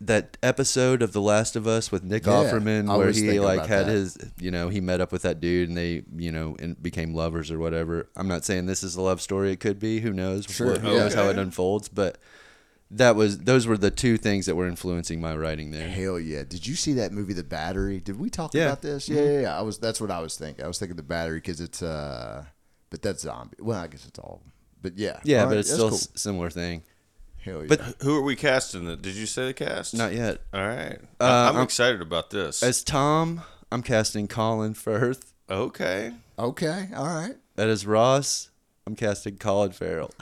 [SPEAKER 4] that episode of The Last of Us with Nick
[SPEAKER 3] Yeah,
[SPEAKER 4] Offerman
[SPEAKER 3] I
[SPEAKER 4] where
[SPEAKER 3] was
[SPEAKER 4] he
[SPEAKER 3] thinking
[SPEAKER 4] like
[SPEAKER 3] about
[SPEAKER 4] had
[SPEAKER 3] that.
[SPEAKER 4] his you know he met up with that dude and they you know and became lovers or whatever. I'm not saying this is a love story. It could be. Who knows?
[SPEAKER 3] Sure,
[SPEAKER 4] Who knows
[SPEAKER 2] yeah.
[SPEAKER 4] how it unfolds? But that was those were the two things that were influencing my writing there.
[SPEAKER 3] Hell yeah! Did you see that movie, The Battery? Did we talk
[SPEAKER 4] Yeah. Mm-hmm.
[SPEAKER 3] about this? Yeah, yeah, yeah. I was. That's what I was thinking. I was thinking The Battery because it's uh, but that's zombie. Well, I guess it's all. But yeah,
[SPEAKER 4] Yeah,
[SPEAKER 3] All
[SPEAKER 4] but
[SPEAKER 3] right,
[SPEAKER 4] it's
[SPEAKER 3] that's
[SPEAKER 4] still
[SPEAKER 3] cool.
[SPEAKER 4] s similar thing.
[SPEAKER 3] Hell yeah.
[SPEAKER 4] but-
[SPEAKER 2] Who are we casting? It? Did you say the cast?
[SPEAKER 4] Not yet. Uh,
[SPEAKER 2] All right. I- I'm,
[SPEAKER 4] I'm-
[SPEAKER 2] excited about this.
[SPEAKER 4] As Tom, I'm casting Colin Firth.
[SPEAKER 2] okay.
[SPEAKER 3] okay, all right.
[SPEAKER 4] That is Ross. I'm casting Colin Farrell.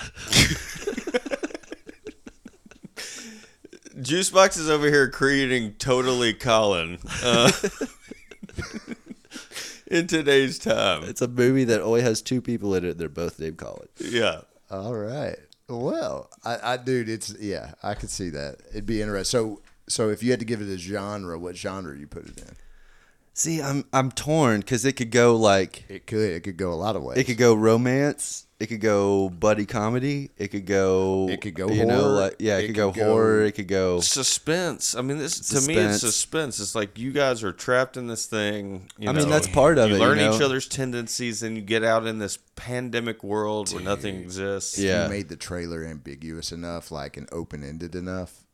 [SPEAKER 2] Juicebox is over here creating totally Colin uh, in today's time.
[SPEAKER 4] It's a movie that only has two people in it. They're both named Colin.
[SPEAKER 2] Yeah.
[SPEAKER 3] All right. Well, I, I dude, it's yeah, I could see that. It'd be interesting. So, so if you had to give it a genre, what genre you put it in?
[SPEAKER 4] See, I'm I'm torn because it could go like
[SPEAKER 3] It could. It could go a lot of ways.
[SPEAKER 4] it could go romance, it could go buddy comedy, it could go
[SPEAKER 3] It could go
[SPEAKER 4] you know
[SPEAKER 3] horror,
[SPEAKER 4] like yeah, it, could, go,
[SPEAKER 3] go-
[SPEAKER 4] horror, it could go
[SPEAKER 2] Suspense. I mean, this to me, it's
[SPEAKER 4] Suspense.
[SPEAKER 2] suspense. It's like you guys are trapped in this thing. You
[SPEAKER 4] I mean,
[SPEAKER 2] know,
[SPEAKER 4] that's part of
[SPEAKER 2] you
[SPEAKER 4] it, you
[SPEAKER 2] Learn each
[SPEAKER 4] know?
[SPEAKER 2] other's tendencies, and you get out in this pandemic world where nothing exists.
[SPEAKER 4] Yeah.
[SPEAKER 3] You made the trailer ambiguous enough, like and open ended enough.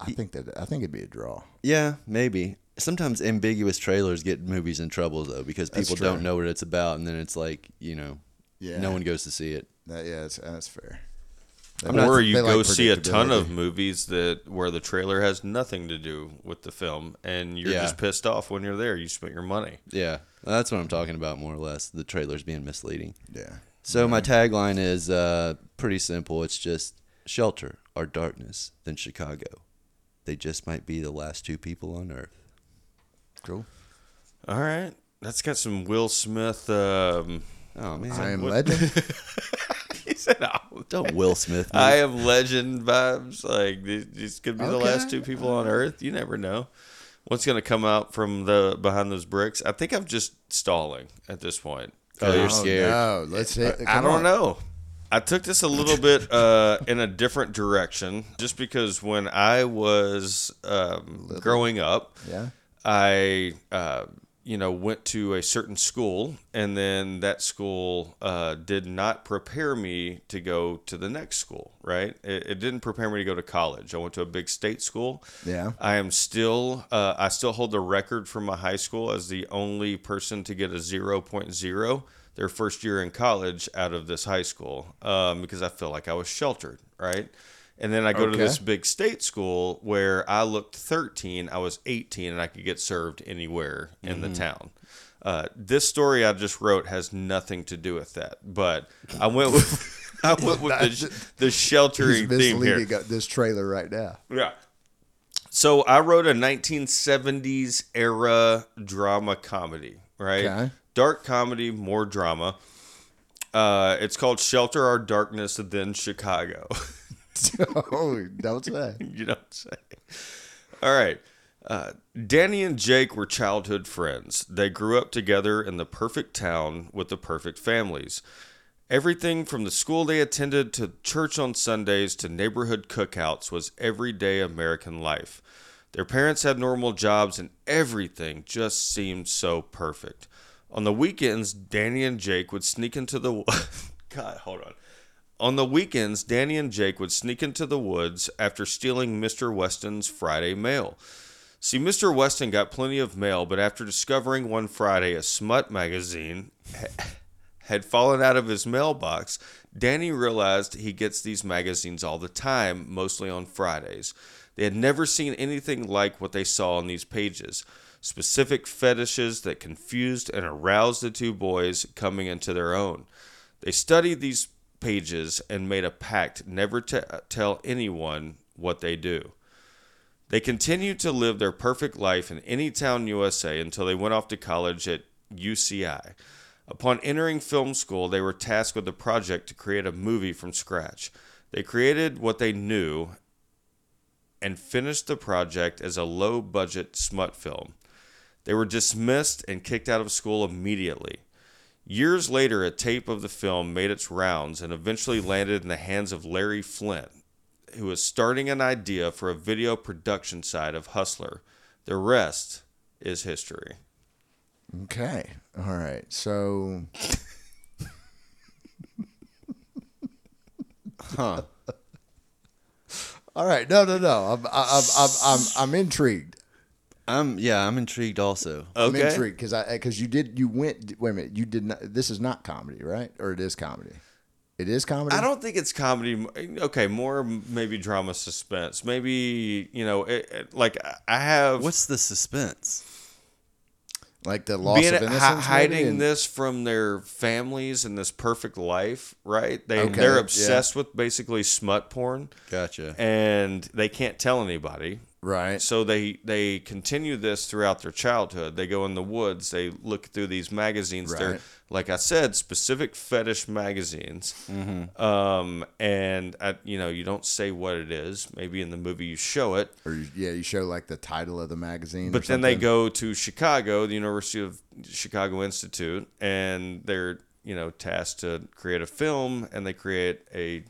[SPEAKER 3] I think that I think it'd be a draw.
[SPEAKER 4] yeah maybe. Sometimes ambiguous trailers get movies in trouble though because
[SPEAKER 3] That's
[SPEAKER 4] people
[SPEAKER 3] true.
[SPEAKER 4] don't know what it's about, and then it's like you know,
[SPEAKER 3] Yeah.
[SPEAKER 4] no one goes to see it.
[SPEAKER 3] That, yeah, that's, that's fair.
[SPEAKER 4] I'm
[SPEAKER 2] or
[SPEAKER 4] not-
[SPEAKER 2] you
[SPEAKER 3] they
[SPEAKER 2] go
[SPEAKER 3] like
[SPEAKER 2] see a ton of
[SPEAKER 3] predictability.
[SPEAKER 2] movies that where the trailer has nothing to do with the film, and you're
[SPEAKER 4] Yeah.
[SPEAKER 2] just pissed off when you're there. You spent your money.
[SPEAKER 4] Yeah, that's what I'm talking about more or less. The trailers being misleading.
[SPEAKER 3] Yeah.
[SPEAKER 4] So my tagline is uh, pretty simple. It's just shelter or darkness than Chicago. They just might be the last two people on Earth.
[SPEAKER 3] Cool.
[SPEAKER 2] All right, that's got some Will Smith. Um,
[SPEAKER 4] Oh man,
[SPEAKER 3] I am legend.
[SPEAKER 2] he said, "Oh,
[SPEAKER 4] don't Will Smith. me.
[SPEAKER 2] "I am Legend" vibes. Like these, these could be the last
[SPEAKER 3] Okay,
[SPEAKER 2] two people on Earth. You never know what's going to come out from the behind those bricks. I think I'm just stalling at this point. Um,
[SPEAKER 4] oh, you're
[SPEAKER 3] Oh,
[SPEAKER 4] scared.
[SPEAKER 3] no, let's hit.
[SPEAKER 2] I
[SPEAKER 3] come
[SPEAKER 2] don't
[SPEAKER 3] on.
[SPEAKER 2] know. I took this a little bit uh, in a different direction, just because when I was um, growing up,
[SPEAKER 3] Yeah.
[SPEAKER 2] I, uh, you know, went to a certain school, and then that school uh, did not prepare me to go to the next school. Right? It, it didn't prepare me to go to college. I went to a big state school.
[SPEAKER 3] Yeah.
[SPEAKER 2] I am still, uh, I still hold the record from my high school as the only person to get a 0.0 their first year in college out of this high school um, because I feel like I was sheltered, right? And then I go to
[SPEAKER 3] Okay.
[SPEAKER 2] this big state school where I looked 13, I was 18, and I could get served anywhere in
[SPEAKER 3] Mm-hmm.
[SPEAKER 2] the town. Uh, this story I just wrote has nothing to do with that, but I went with I went with the, the
[SPEAKER 3] He's
[SPEAKER 2] sheltering theme here.
[SPEAKER 3] misleading uh, this trailer right now.
[SPEAKER 2] Yeah. So I wrote a 1970s era drama comedy, right?
[SPEAKER 3] Okay.
[SPEAKER 2] Dark comedy, more drama. Uh, it's called Shelter Our Darkness, then Chicago.
[SPEAKER 3] oh, don't say.
[SPEAKER 2] you know what I'm saying? All right. Uh, Danny and Jake were childhood friends. They grew up together in the perfect town with the perfect families. Everything from the school they attended to church on Sundays to neighborhood cookouts was everyday American life. Their parents had normal jobs and everything just seemed so perfect. On the weekends, Danny and Jake would sneak into the. God, hold on. On the weekends, Danny and Jake would sneak into the woods after stealing Mr. Weston's Friday mail. See, Mr. Weston got plenty of mail, but after discovering one Friday a smut magazine had fallen out of his mailbox, Danny realized he gets these magazines all the time, mostly on Fridays. They had never seen anything like what they saw on these pages specific fetishes that confused and aroused the two boys coming into their own. They studied these pages and made a pact never to tell anyone what they do. They continued to live their perfect life in any town USA until they went off to college at UCI. Upon entering film school, they were tasked with the project to create a movie from scratch. They created what they knew and finished the project as a low budget smut film. They were dismissed and kicked out of school immediately. Years later, a tape of the film made its rounds and eventually landed in the hands of Larry Flint, who was starting an idea for a video production side of Hustler. The rest is history.
[SPEAKER 3] Okay. All right. So
[SPEAKER 4] Huh.
[SPEAKER 3] All right. No, no, no. I'm, I- I'm, I'm, I'm, I'm intrigued.
[SPEAKER 4] I'm yeah, I'm intrigued also.
[SPEAKER 3] I'm intrigued because I because you did you went wait a minute you did not this is not comedy right or it is comedy, it is comedy.
[SPEAKER 2] I don't think it's comedy. Okay, more maybe drama suspense. Maybe, you know, it, it- like I have
[SPEAKER 4] What's the suspense?
[SPEAKER 3] like the loss
[SPEAKER 2] being
[SPEAKER 3] of
[SPEAKER 2] hi-
[SPEAKER 3] innocence. maybe,
[SPEAKER 2] hiding
[SPEAKER 3] and-
[SPEAKER 2] this from their families and this perfect life, right? They
[SPEAKER 3] Okay,
[SPEAKER 2] they're
[SPEAKER 3] yeah.
[SPEAKER 2] obsessed with basically smut porn.
[SPEAKER 4] Gotcha.
[SPEAKER 2] and they can't tell anybody.
[SPEAKER 3] right.
[SPEAKER 2] So they they continue this throughout their childhood. They go in the woods. They look through these magazines. They're
[SPEAKER 3] Right.
[SPEAKER 2] like I said, specific fetish magazines. Um, and I, you know, you don't say what it is. Maybe in the movie you show it,
[SPEAKER 3] Or you- yeah, you show like the title of the magazine.
[SPEAKER 2] but then they go to Chicago, the University of Chicago Institute, and they're you know tasked to create a film, and they create a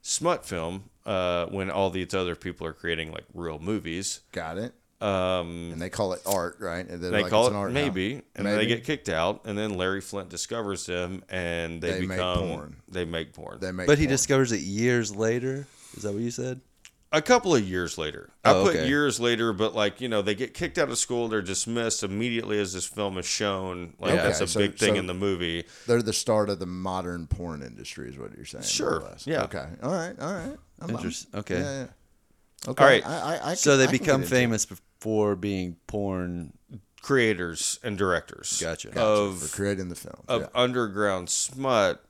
[SPEAKER 2] smut film uh, when all these other people are creating like real movies.
[SPEAKER 3] got it. Um, and they call it art, right? And they're
[SPEAKER 2] They
[SPEAKER 3] like,
[SPEAKER 2] call
[SPEAKER 3] it's
[SPEAKER 2] it
[SPEAKER 3] an art now.
[SPEAKER 2] maybe, and they
[SPEAKER 3] Maybe.
[SPEAKER 2] get kicked out, and then Larry Flint discovers them, and they,
[SPEAKER 3] They make
[SPEAKER 2] become
[SPEAKER 3] porn.
[SPEAKER 2] they make porn.
[SPEAKER 3] They make
[SPEAKER 4] But he
[SPEAKER 3] porn.
[SPEAKER 4] discovers it years later. Is that what you said?
[SPEAKER 2] a couple of years later. I
[SPEAKER 4] Oh,
[SPEAKER 2] put
[SPEAKER 4] okay.
[SPEAKER 2] years later, but like you know, they get kicked out of school. They're dismissed immediately as this film is shown. Like
[SPEAKER 3] Okay,
[SPEAKER 2] that's a
[SPEAKER 3] so-
[SPEAKER 2] big thing
[SPEAKER 3] so-
[SPEAKER 2] in the movie.
[SPEAKER 3] they're the start of the modern porn industry, is what you're saying. more
[SPEAKER 2] Sure,
[SPEAKER 3] or less.
[SPEAKER 2] yeah.
[SPEAKER 3] Okay. All right. All right. I'm- I'm-
[SPEAKER 4] Interest- okay.
[SPEAKER 3] Yeah, yeah. Okay.
[SPEAKER 2] All right.
[SPEAKER 3] I, I, I
[SPEAKER 4] So
[SPEAKER 3] can-
[SPEAKER 4] they
[SPEAKER 3] I can get
[SPEAKER 4] become
[SPEAKER 3] into it.
[SPEAKER 4] famous before being porn.
[SPEAKER 2] creators and directors
[SPEAKER 4] Gotcha. Gotcha.
[SPEAKER 2] of
[SPEAKER 3] for creating the film.
[SPEAKER 2] of
[SPEAKER 3] yeah.
[SPEAKER 2] underground smut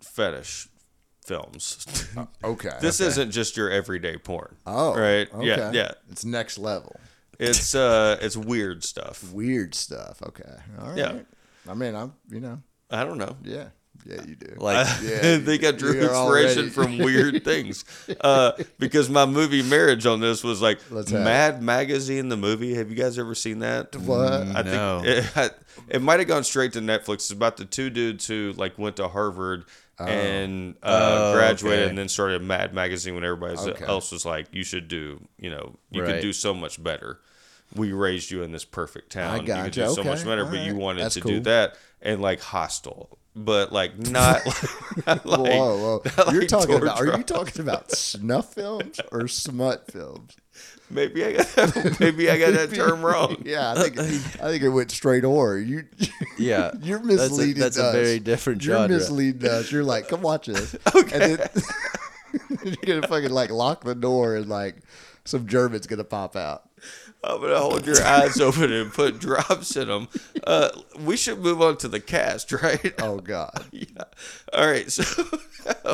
[SPEAKER 2] fetish films.
[SPEAKER 3] Oh, Okay.
[SPEAKER 2] this isn't just your everyday porn.
[SPEAKER 3] Oh,
[SPEAKER 2] right.
[SPEAKER 3] Okay.
[SPEAKER 2] Yeah, yeah.
[SPEAKER 3] It's next level.
[SPEAKER 2] It's uh, it's weird stuff.
[SPEAKER 3] Weird stuff. Okay. All right.
[SPEAKER 2] Yeah.
[SPEAKER 3] I mean, I'm, you know,
[SPEAKER 2] I don't know.
[SPEAKER 3] yeah. Yeah, you do.
[SPEAKER 4] Like
[SPEAKER 3] Yeah,
[SPEAKER 2] they got drew
[SPEAKER 3] you're
[SPEAKER 2] inspiration
[SPEAKER 3] already-
[SPEAKER 2] from weird things. Uh, because my movie marriage on this was like
[SPEAKER 3] Let's have it.
[SPEAKER 2] Mad Magazine, the movie. Have you guys ever seen that?
[SPEAKER 3] What?
[SPEAKER 2] I
[SPEAKER 4] No.
[SPEAKER 2] think it, it might have gone straight to Netflix. It's about the two dudes who like went to Harvard
[SPEAKER 3] Oh.
[SPEAKER 2] and uh,
[SPEAKER 4] Oh,
[SPEAKER 2] graduated
[SPEAKER 4] okay.
[SPEAKER 2] and then started Mad Magazine when everybody
[SPEAKER 3] Okay.
[SPEAKER 2] else was like, "You should do, you know, you could
[SPEAKER 4] Right.
[SPEAKER 2] do so much better." we raised you in this perfect town.
[SPEAKER 3] I
[SPEAKER 2] you could
[SPEAKER 3] gotcha.
[SPEAKER 2] do so
[SPEAKER 3] Okay.
[SPEAKER 2] much better, but
[SPEAKER 3] All
[SPEAKER 2] you
[SPEAKER 3] right.
[SPEAKER 2] wanted
[SPEAKER 3] That's
[SPEAKER 2] to do
[SPEAKER 3] cool.
[SPEAKER 2] that and like hostile, but like not, not like
[SPEAKER 3] whoa, whoa!
[SPEAKER 2] not
[SPEAKER 3] You're
[SPEAKER 2] mm, like
[SPEAKER 3] talking
[SPEAKER 2] door
[SPEAKER 3] about? Are you
[SPEAKER 2] drop.
[SPEAKER 3] talking about snuff films or smut films?
[SPEAKER 2] maybe I got maybe I got that term wrong.
[SPEAKER 3] Yeah, I think I think it went straight or you.
[SPEAKER 4] Yeah,
[SPEAKER 3] You're
[SPEAKER 4] That's a-
[SPEAKER 3] misleading
[SPEAKER 4] That's a,
[SPEAKER 3] us.
[SPEAKER 4] very different
[SPEAKER 3] You're
[SPEAKER 4] genre.
[SPEAKER 3] misleading us. You're like, come watch this. okay. And then you're gonna fucking like lock the door and like some German's gonna pop out.
[SPEAKER 2] I'm gonna hold your eyes open and put drops in them. Uh, we should move on to the cast, right?
[SPEAKER 3] Oh god.
[SPEAKER 2] yeah. All right. So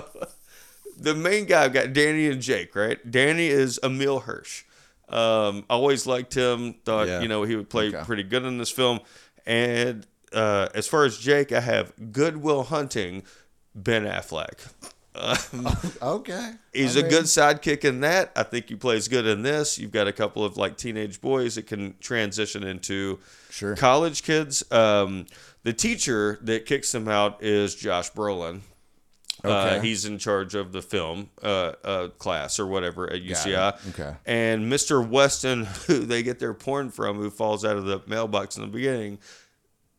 [SPEAKER 2] the main guy I've got Danny and Jake, right? Danny is Emil Hirsch. Um, always liked him. Thought
[SPEAKER 4] Yeah.
[SPEAKER 2] you know he would play
[SPEAKER 3] Okay.
[SPEAKER 2] pretty good in this film. And uh, as far as Jake, I have Goodwill Hunting, Ben Affleck. Um,
[SPEAKER 3] Okay.
[SPEAKER 2] He's
[SPEAKER 3] I
[SPEAKER 2] a
[SPEAKER 3] mean,
[SPEAKER 2] good sidekick in that. I think he plays good in this. You've got a couple of like teenage boys that can transition into
[SPEAKER 3] Sure.
[SPEAKER 2] college kids. Um, the teacher that kicks them out is Josh Brolin. Uh,
[SPEAKER 3] Okay.
[SPEAKER 2] he's in charge of the film uh, uh, class or whatever at UCI.
[SPEAKER 3] Okay.
[SPEAKER 2] And Mr. Weston, who they get their porn from, who falls out of the mailbox in the beginning,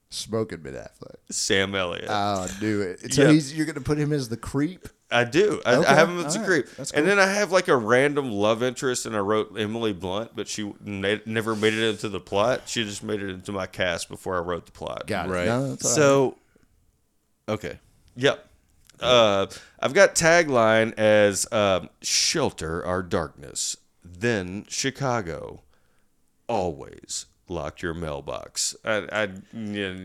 [SPEAKER 3] smoking Ben Affleck.
[SPEAKER 2] Sam Elliott.
[SPEAKER 3] I knew it. So
[SPEAKER 2] Yeah.
[SPEAKER 3] he's, you're gonna put him as the creep.
[SPEAKER 2] I do. I,
[SPEAKER 3] Okay,
[SPEAKER 2] I have him as a
[SPEAKER 3] all right,
[SPEAKER 2] creep.
[SPEAKER 3] that's
[SPEAKER 2] And
[SPEAKER 3] cool.
[SPEAKER 2] then I have like a random love interest, and I wrote Emily Blunt, but she ne- never made it into the plot. She just made it into my cast before I wrote the plot.
[SPEAKER 3] Got it.
[SPEAKER 4] right?
[SPEAKER 3] No, that's all right.
[SPEAKER 4] so, okay,
[SPEAKER 2] Yep. Uh, I've got tagline as um, shelter our darkness, then Chicago, always lock your mailbox. I, I, yeah,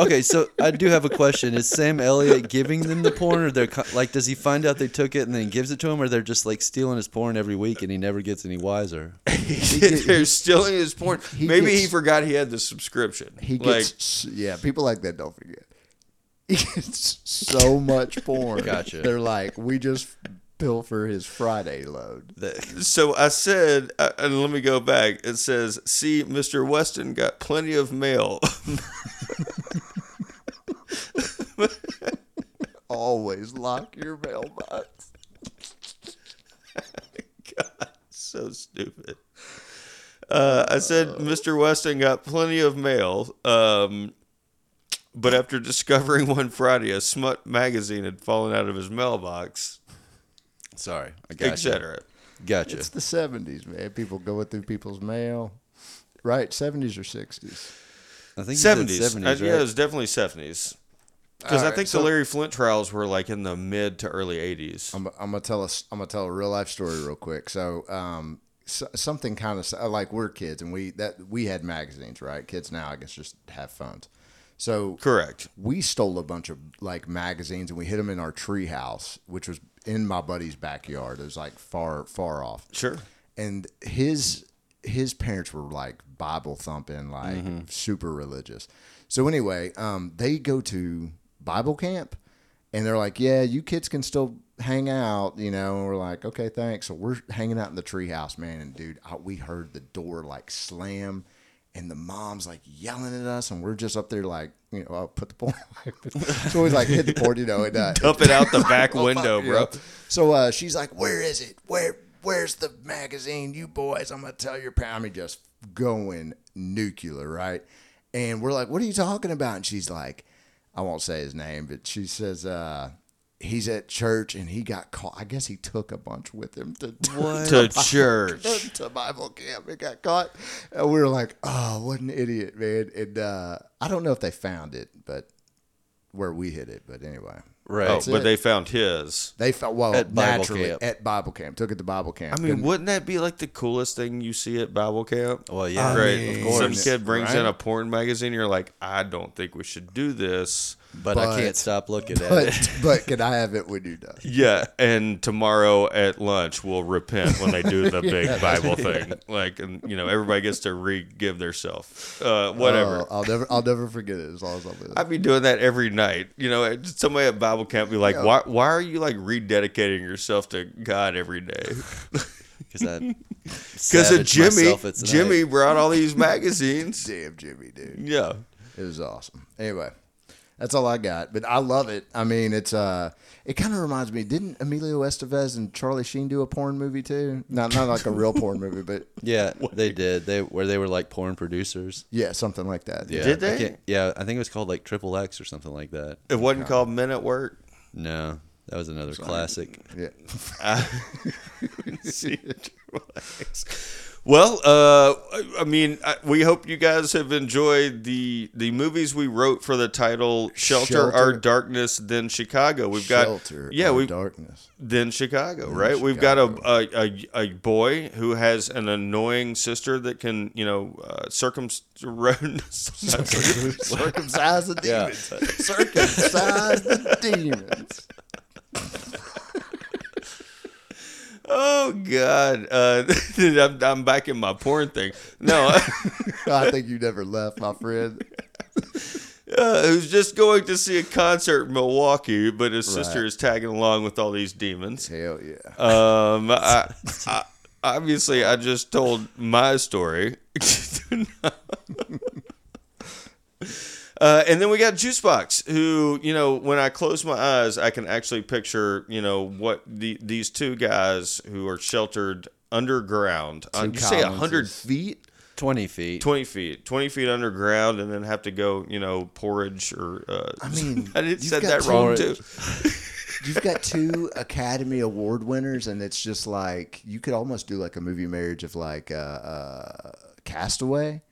[SPEAKER 4] okay. So I do have a question: Is Sam Elliott giving them the porn, or they're co- like, does he find out they took it and then gives it to him, or they're just like stealing his porn every week and he never gets any wiser?
[SPEAKER 2] they're still in his porn.
[SPEAKER 3] he
[SPEAKER 2] Maybe he
[SPEAKER 3] gets-
[SPEAKER 2] forgot he had the subscription.
[SPEAKER 3] he gets yeah. People like that don't forget. He gets so much porn.
[SPEAKER 4] Gotcha.
[SPEAKER 3] They're like, we just pilfer his Friday load.
[SPEAKER 2] So I said, uh, and let me go back. It says, "See, Mister Weston got plenty of mail."
[SPEAKER 3] Always lock your mailbox.
[SPEAKER 2] so stupid. Uh, I said, "Mister Weston got plenty of mail." Um, but after discovering one Friday a smut magazine had fallen out of his mailbox,
[SPEAKER 4] Sorry, I got
[SPEAKER 2] etc.
[SPEAKER 4] Gotcha.
[SPEAKER 3] It's the seventies, man. People going through people's mail. Right, seventies or sixties.
[SPEAKER 4] I think
[SPEAKER 2] Seventies, Uh,
[SPEAKER 4] seventies.
[SPEAKER 2] yeah,
[SPEAKER 4] Right?
[SPEAKER 2] it was definitely seventies. Because I
[SPEAKER 3] Alright,
[SPEAKER 2] think the Larry Flint trials were like in the mid to early eighties.
[SPEAKER 3] I'm, I'm gonna tell us. I'm gonna tell a real life story real quick. So, um, so, something kind of like we're kids and we that we had magazines, right? Kids now, I guess, just have phones. So
[SPEAKER 2] Correct.
[SPEAKER 3] we stole a bunch of like magazines and we hid them in our tree house, which was in my buddy's backyard. It was like far, far off.
[SPEAKER 2] Sure.
[SPEAKER 3] And his his parents were like Bible thumping, like super religious. So anyway, um, they go to Bible camp and they're like, Yeah, you kids can still hang out, you know, and we're like, Okay, thanks. So we're hanging out in the tree house, man, and dude, I, we heard the door like slam and the mom's like yelling at us, and we're just up there like, you know, I'll put the porn. so we like hit the porn, you know, and uh,
[SPEAKER 2] Dump it out the
[SPEAKER 4] Oh,
[SPEAKER 2] back window,
[SPEAKER 3] you
[SPEAKER 2] bro.
[SPEAKER 3] know? So uh, she's like, "Where is it? Where? Where's the magazine? You boys, I'm gonna tell your parents." I mean, just going nuclear, right? And we're like, "What are you talking about?" And she's like, "I won't say his name, but she says." uh He's at church and he got caught. I guess he took a bunch with him to,
[SPEAKER 2] to church.
[SPEAKER 3] to Bible camp and got caught. And we were like, oh, what an idiot, man. And uh, I don't know if they found it, but where we hit it. But anyway.
[SPEAKER 4] Right.
[SPEAKER 2] Oh,
[SPEAKER 3] That's
[SPEAKER 2] but
[SPEAKER 3] it.
[SPEAKER 2] they found his.
[SPEAKER 3] They felt well
[SPEAKER 4] At Bible
[SPEAKER 3] naturally
[SPEAKER 4] camp.
[SPEAKER 3] at Bible camp. Took it to Bible camp.
[SPEAKER 2] I mean, wouldn't that be like the coolest thing you see at Bible camp?
[SPEAKER 4] Well, yeah,
[SPEAKER 2] right.
[SPEAKER 4] of
[SPEAKER 2] Oh, Some
[SPEAKER 4] course.
[SPEAKER 2] kid brings in
[SPEAKER 3] right?
[SPEAKER 2] a porn magazine. You're like, I don't think we should do this.
[SPEAKER 4] But, I
[SPEAKER 3] but-
[SPEAKER 4] can't stop looking at it.
[SPEAKER 3] but but can I have it when you're done?
[SPEAKER 2] Yeah, and tomorrow at lunch we'll repent when they do the big Bible thing. Like, and you know, everybody gets to re-give themselves. Uh, whatever.
[SPEAKER 3] Oh, I'll never I'll never forget it as long as I'm with
[SPEAKER 2] I'd be doing that every night. You know, somebody at Bible camp be like, "Why? Why are you like rededicating yourself to God every day?"
[SPEAKER 4] Because I.
[SPEAKER 2] Because of
[SPEAKER 4] savaged
[SPEAKER 2] Jimmy.
[SPEAKER 4] myself at tonight.
[SPEAKER 2] Jimmy brought all these magazines.
[SPEAKER 3] Damn Jimmy, dude.
[SPEAKER 2] yeah.
[SPEAKER 3] It was awesome. Anyway. That's all I got. But I love it. I mean, it's uh, it kind of reminds me. Didn't Emilio Estevez and Charlie Sheen do a porn movie too? Not not like a real porn movie, but
[SPEAKER 4] Yeah, they did. They where they were like porn producers.
[SPEAKER 3] yeah, something like that.
[SPEAKER 4] Yeah,
[SPEAKER 2] Did
[SPEAKER 4] I
[SPEAKER 2] they?
[SPEAKER 4] can't- yeah, I think it was called like Triple X or something like that.
[SPEAKER 2] It wasn't called Men at Work.
[SPEAKER 4] No, that was another classic.
[SPEAKER 3] yeah.
[SPEAKER 2] See it. Relax. Well, uh, I- I mean, I, we hope you guys have enjoyed the the movies we wrote for the title "Shelter,
[SPEAKER 3] Shelter.
[SPEAKER 2] Our Darkness." Then Chicago, we've got
[SPEAKER 3] Shelter.
[SPEAKER 2] yeah,
[SPEAKER 3] of
[SPEAKER 2] we've
[SPEAKER 3] darkness.
[SPEAKER 2] then Chicago, right? We've got a, a, a, a boy who has an annoying sister that can, you know, uh, circumrode.
[SPEAKER 3] Circumcise the demons. Circumcise the demons.
[SPEAKER 2] oh God, uh, I'm, I'm back in my porn thing. No,
[SPEAKER 3] Oh, I think you never left, my friend.
[SPEAKER 2] uh, who's just going to see a concert in Milwaukee, but his sister
[SPEAKER 3] Right.
[SPEAKER 2] is tagging along with all these demons.
[SPEAKER 3] Hell yeah.
[SPEAKER 4] Uh,
[SPEAKER 2] Um, I, I, obviously, I just told my story. Uh, and then we got Juicebox, who you know, when I close my eyes, I can actually picture you know what the, these two guys who are sheltered underground. Uh, you say hundred
[SPEAKER 3] Collinses.
[SPEAKER 2] feet,
[SPEAKER 4] Twenty feet.
[SPEAKER 2] twenty feet, twenty feet underground, and then have to go you know porridge or. Uh, I
[SPEAKER 3] mean,
[SPEAKER 2] I did,
[SPEAKER 3] you've
[SPEAKER 2] said
[SPEAKER 3] got
[SPEAKER 2] that wrong too.
[SPEAKER 4] porridge.
[SPEAKER 3] You've got two Academy Award winners, and it's just like you could almost do like a movie marriage of like uh, uh, Castaway.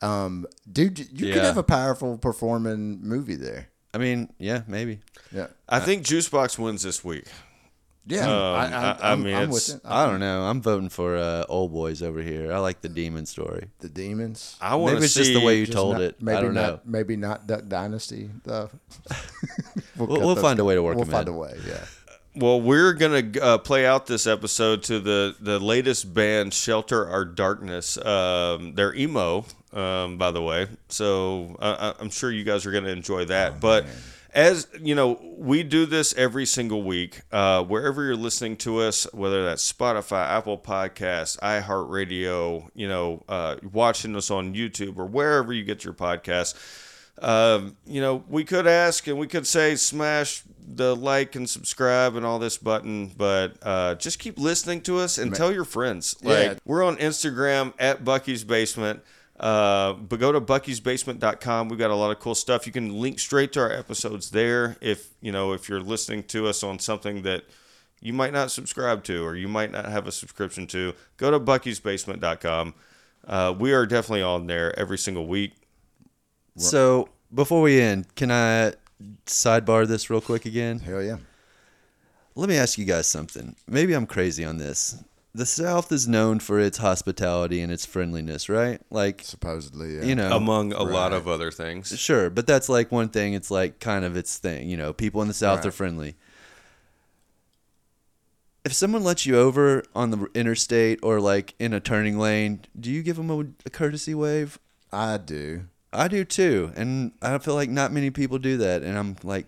[SPEAKER 3] Um, dude, you could
[SPEAKER 4] Yeah.
[SPEAKER 3] have a powerful performing movie there.
[SPEAKER 4] I mean, yeah, maybe.
[SPEAKER 3] Yeah,
[SPEAKER 2] I think Juicebox wins this week.
[SPEAKER 3] yeah.
[SPEAKER 2] Um, I- I mean, it's-
[SPEAKER 4] I don't know. I'm voting for uh, old boys over here. I like the demon story.
[SPEAKER 3] The demons.
[SPEAKER 2] I want
[SPEAKER 4] Maybe
[SPEAKER 2] to
[SPEAKER 4] it's
[SPEAKER 2] see
[SPEAKER 4] just the way you
[SPEAKER 3] Just
[SPEAKER 4] told
[SPEAKER 3] not-
[SPEAKER 4] it.
[SPEAKER 3] Maybe
[SPEAKER 4] I don't
[SPEAKER 3] not,
[SPEAKER 4] know.
[SPEAKER 3] Maybe not Duck Dynasty though.
[SPEAKER 4] We'll,
[SPEAKER 3] cut
[SPEAKER 4] we'll
[SPEAKER 3] those-
[SPEAKER 4] find a way to work
[SPEAKER 3] We'll
[SPEAKER 4] them
[SPEAKER 3] find
[SPEAKER 4] in.
[SPEAKER 3] a way. Yeah.
[SPEAKER 2] Well, we're gonna uh, play out this episode to the the latest band, Shelter Our Darkness. Um, they're emo, um, by the way, so I, I- I'm sure you guys are gonna enjoy that. but as you know, we do this every single week, uh, wherever you're listening to us, whether that's Spotify, Apple Podcasts, iHeartRadio, you know, uh, watching us on YouTube or wherever you get your podcasts um, you know, we could ask and we could say smash the like and subscribe and all this button, but uh, just keep listening to us and tell your friends. Like
[SPEAKER 3] Yeah.
[SPEAKER 2] we're on Instagram at Bucky's Basement. Uh, but go to buckysbasement.com. We've got a lot of cool stuff. You can link straight to our episodes there. If you know, if you're listening to us on something that you might not subscribe to or you might not have a subscription to, go to buckysbasement.com. Uh, we are definitely on there every single week.
[SPEAKER 4] So before we end, can I sidebar this real quick again?
[SPEAKER 3] Hell yeah.
[SPEAKER 4] Let me ask you guys something. Maybe I'm crazy on this. The South is known for its hospitality and its friendliness, right? Like,
[SPEAKER 3] Supposedly. Yeah.
[SPEAKER 4] you know,
[SPEAKER 2] among a lot of other things.
[SPEAKER 4] Sure, but that's like one thing. It's like kind of its thing. You know, people in the South are friendly. If someone lets you over on the interstate or like in a turning lane, do you give them a, a courtesy wave?
[SPEAKER 3] I do.
[SPEAKER 4] I do too, and I feel like not many people do that. And I'm like,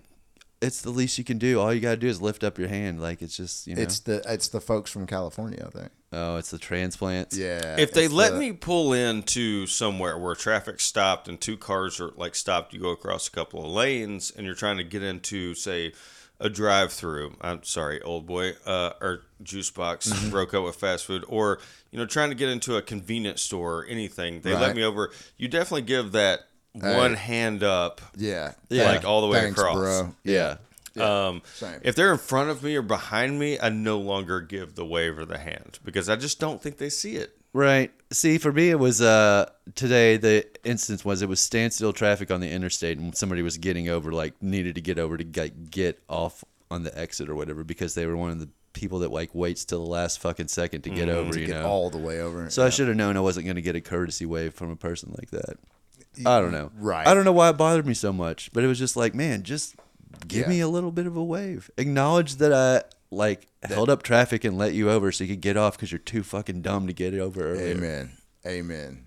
[SPEAKER 4] it's the least you can do. All you gotta do is lift up your hand. Like it's just you know.
[SPEAKER 3] It's the it's the folks from California. I think.
[SPEAKER 4] oh, it's the transplants.
[SPEAKER 3] Yeah.
[SPEAKER 2] If they
[SPEAKER 3] it's
[SPEAKER 2] let
[SPEAKER 3] the-
[SPEAKER 2] me pull into somewhere where traffic stopped and two cars are like stopped, you go across a couple of lanes and you're trying to get into, say, a drive through. I'm sorry, old boy, uh, or juice box broke up with fast food, or you know, trying to get into a convenience store or anything. They let
[SPEAKER 3] Right.
[SPEAKER 2] me over. You definitely give that
[SPEAKER 3] Hey.
[SPEAKER 2] one hand up.
[SPEAKER 3] Yeah.
[SPEAKER 2] Yeah. Like, all the way
[SPEAKER 3] Thanks,
[SPEAKER 2] across.
[SPEAKER 3] Bro.
[SPEAKER 4] Yeah.
[SPEAKER 2] Um,
[SPEAKER 3] Same.
[SPEAKER 2] if they're in front of me or behind me, I no longer give the wave or the hand because I just don't think they see it.
[SPEAKER 4] Right. See, for me, it was uh today. The instance was it was standstill traffic on the interstate, and somebody was getting over, like needed to get over to get get off on the exit or whatever, because they were one of the people that like waits till the last fucking second to get over. you
[SPEAKER 3] Mm-hmm, Get
[SPEAKER 4] know.
[SPEAKER 3] all the way over.
[SPEAKER 4] so I should have known I wasn't going to get a courtesy wave from a person like that. I don't know.
[SPEAKER 3] Right.
[SPEAKER 4] I don't know why it bothered me so much, but it was just like, man, just give
[SPEAKER 3] Yeah.
[SPEAKER 4] me a little bit of a wave. Acknowledge that I like held up traffic and let you over so you could get off because you're too fucking dumb to get over earlier.
[SPEAKER 3] Amen. Amen.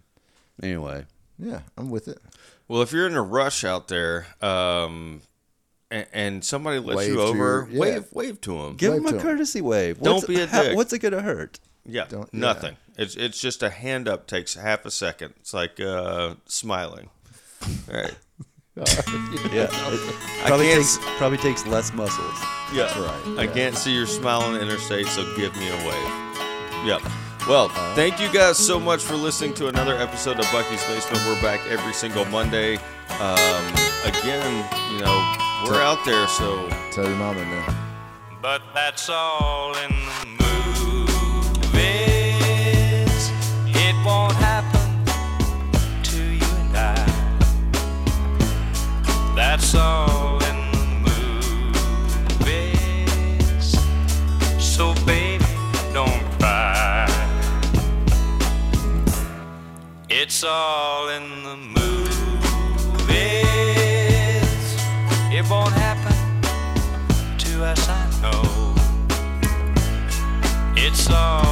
[SPEAKER 4] Anyway,
[SPEAKER 3] Yeah, I'm with it.
[SPEAKER 2] Well, if you're in a rush out there, um, and, and somebody lets
[SPEAKER 3] Wave
[SPEAKER 2] you
[SPEAKER 3] to
[SPEAKER 2] over,
[SPEAKER 3] your- yeah.
[SPEAKER 2] wave wave to them.
[SPEAKER 4] give
[SPEAKER 3] Wave
[SPEAKER 4] him a
[SPEAKER 3] to 'em.
[SPEAKER 4] courtesy wave.
[SPEAKER 2] Don't
[SPEAKER 4] What's-
[SPEAKER 2] be a
[SPEAKER 4] how-
[SPEAKER 2] dick.
[SPEAKER 4] what's it gonna hurt?
[SPEAKER 2] yeah,
[SPEAKER 3] Don't- yeah.
[SPEAKER 2] nothing. It's it's just a hand up takes half a second. It's like uh, smiling. All right.
[SPEAKER 4] Yeah. It probably
[SPEAKER 2] can't
[SPEAKER 4] takes probably takes less muscles.
[SPEAKER 2] Yeah.
[SPEAKER 3] right,
[SPEAKER 2] I can't see your smile on the interstate, so give me a wave. Yep. Well,
[SPEAKER 3] Uh-huh.
[SPEAKER 2] thank you guys so much for listening to another episode of Bucky's Basement. We're back every single Monday. Um, again, you know, we're out there, so
[SPEAKER 3] Tell your mama now.
[SPEAKER 5] But that's all in the movies. It won't happen to you and I. That's all in the movies. So baby, don't cry. It's all in the movies. It won't happen to us, I know. It's all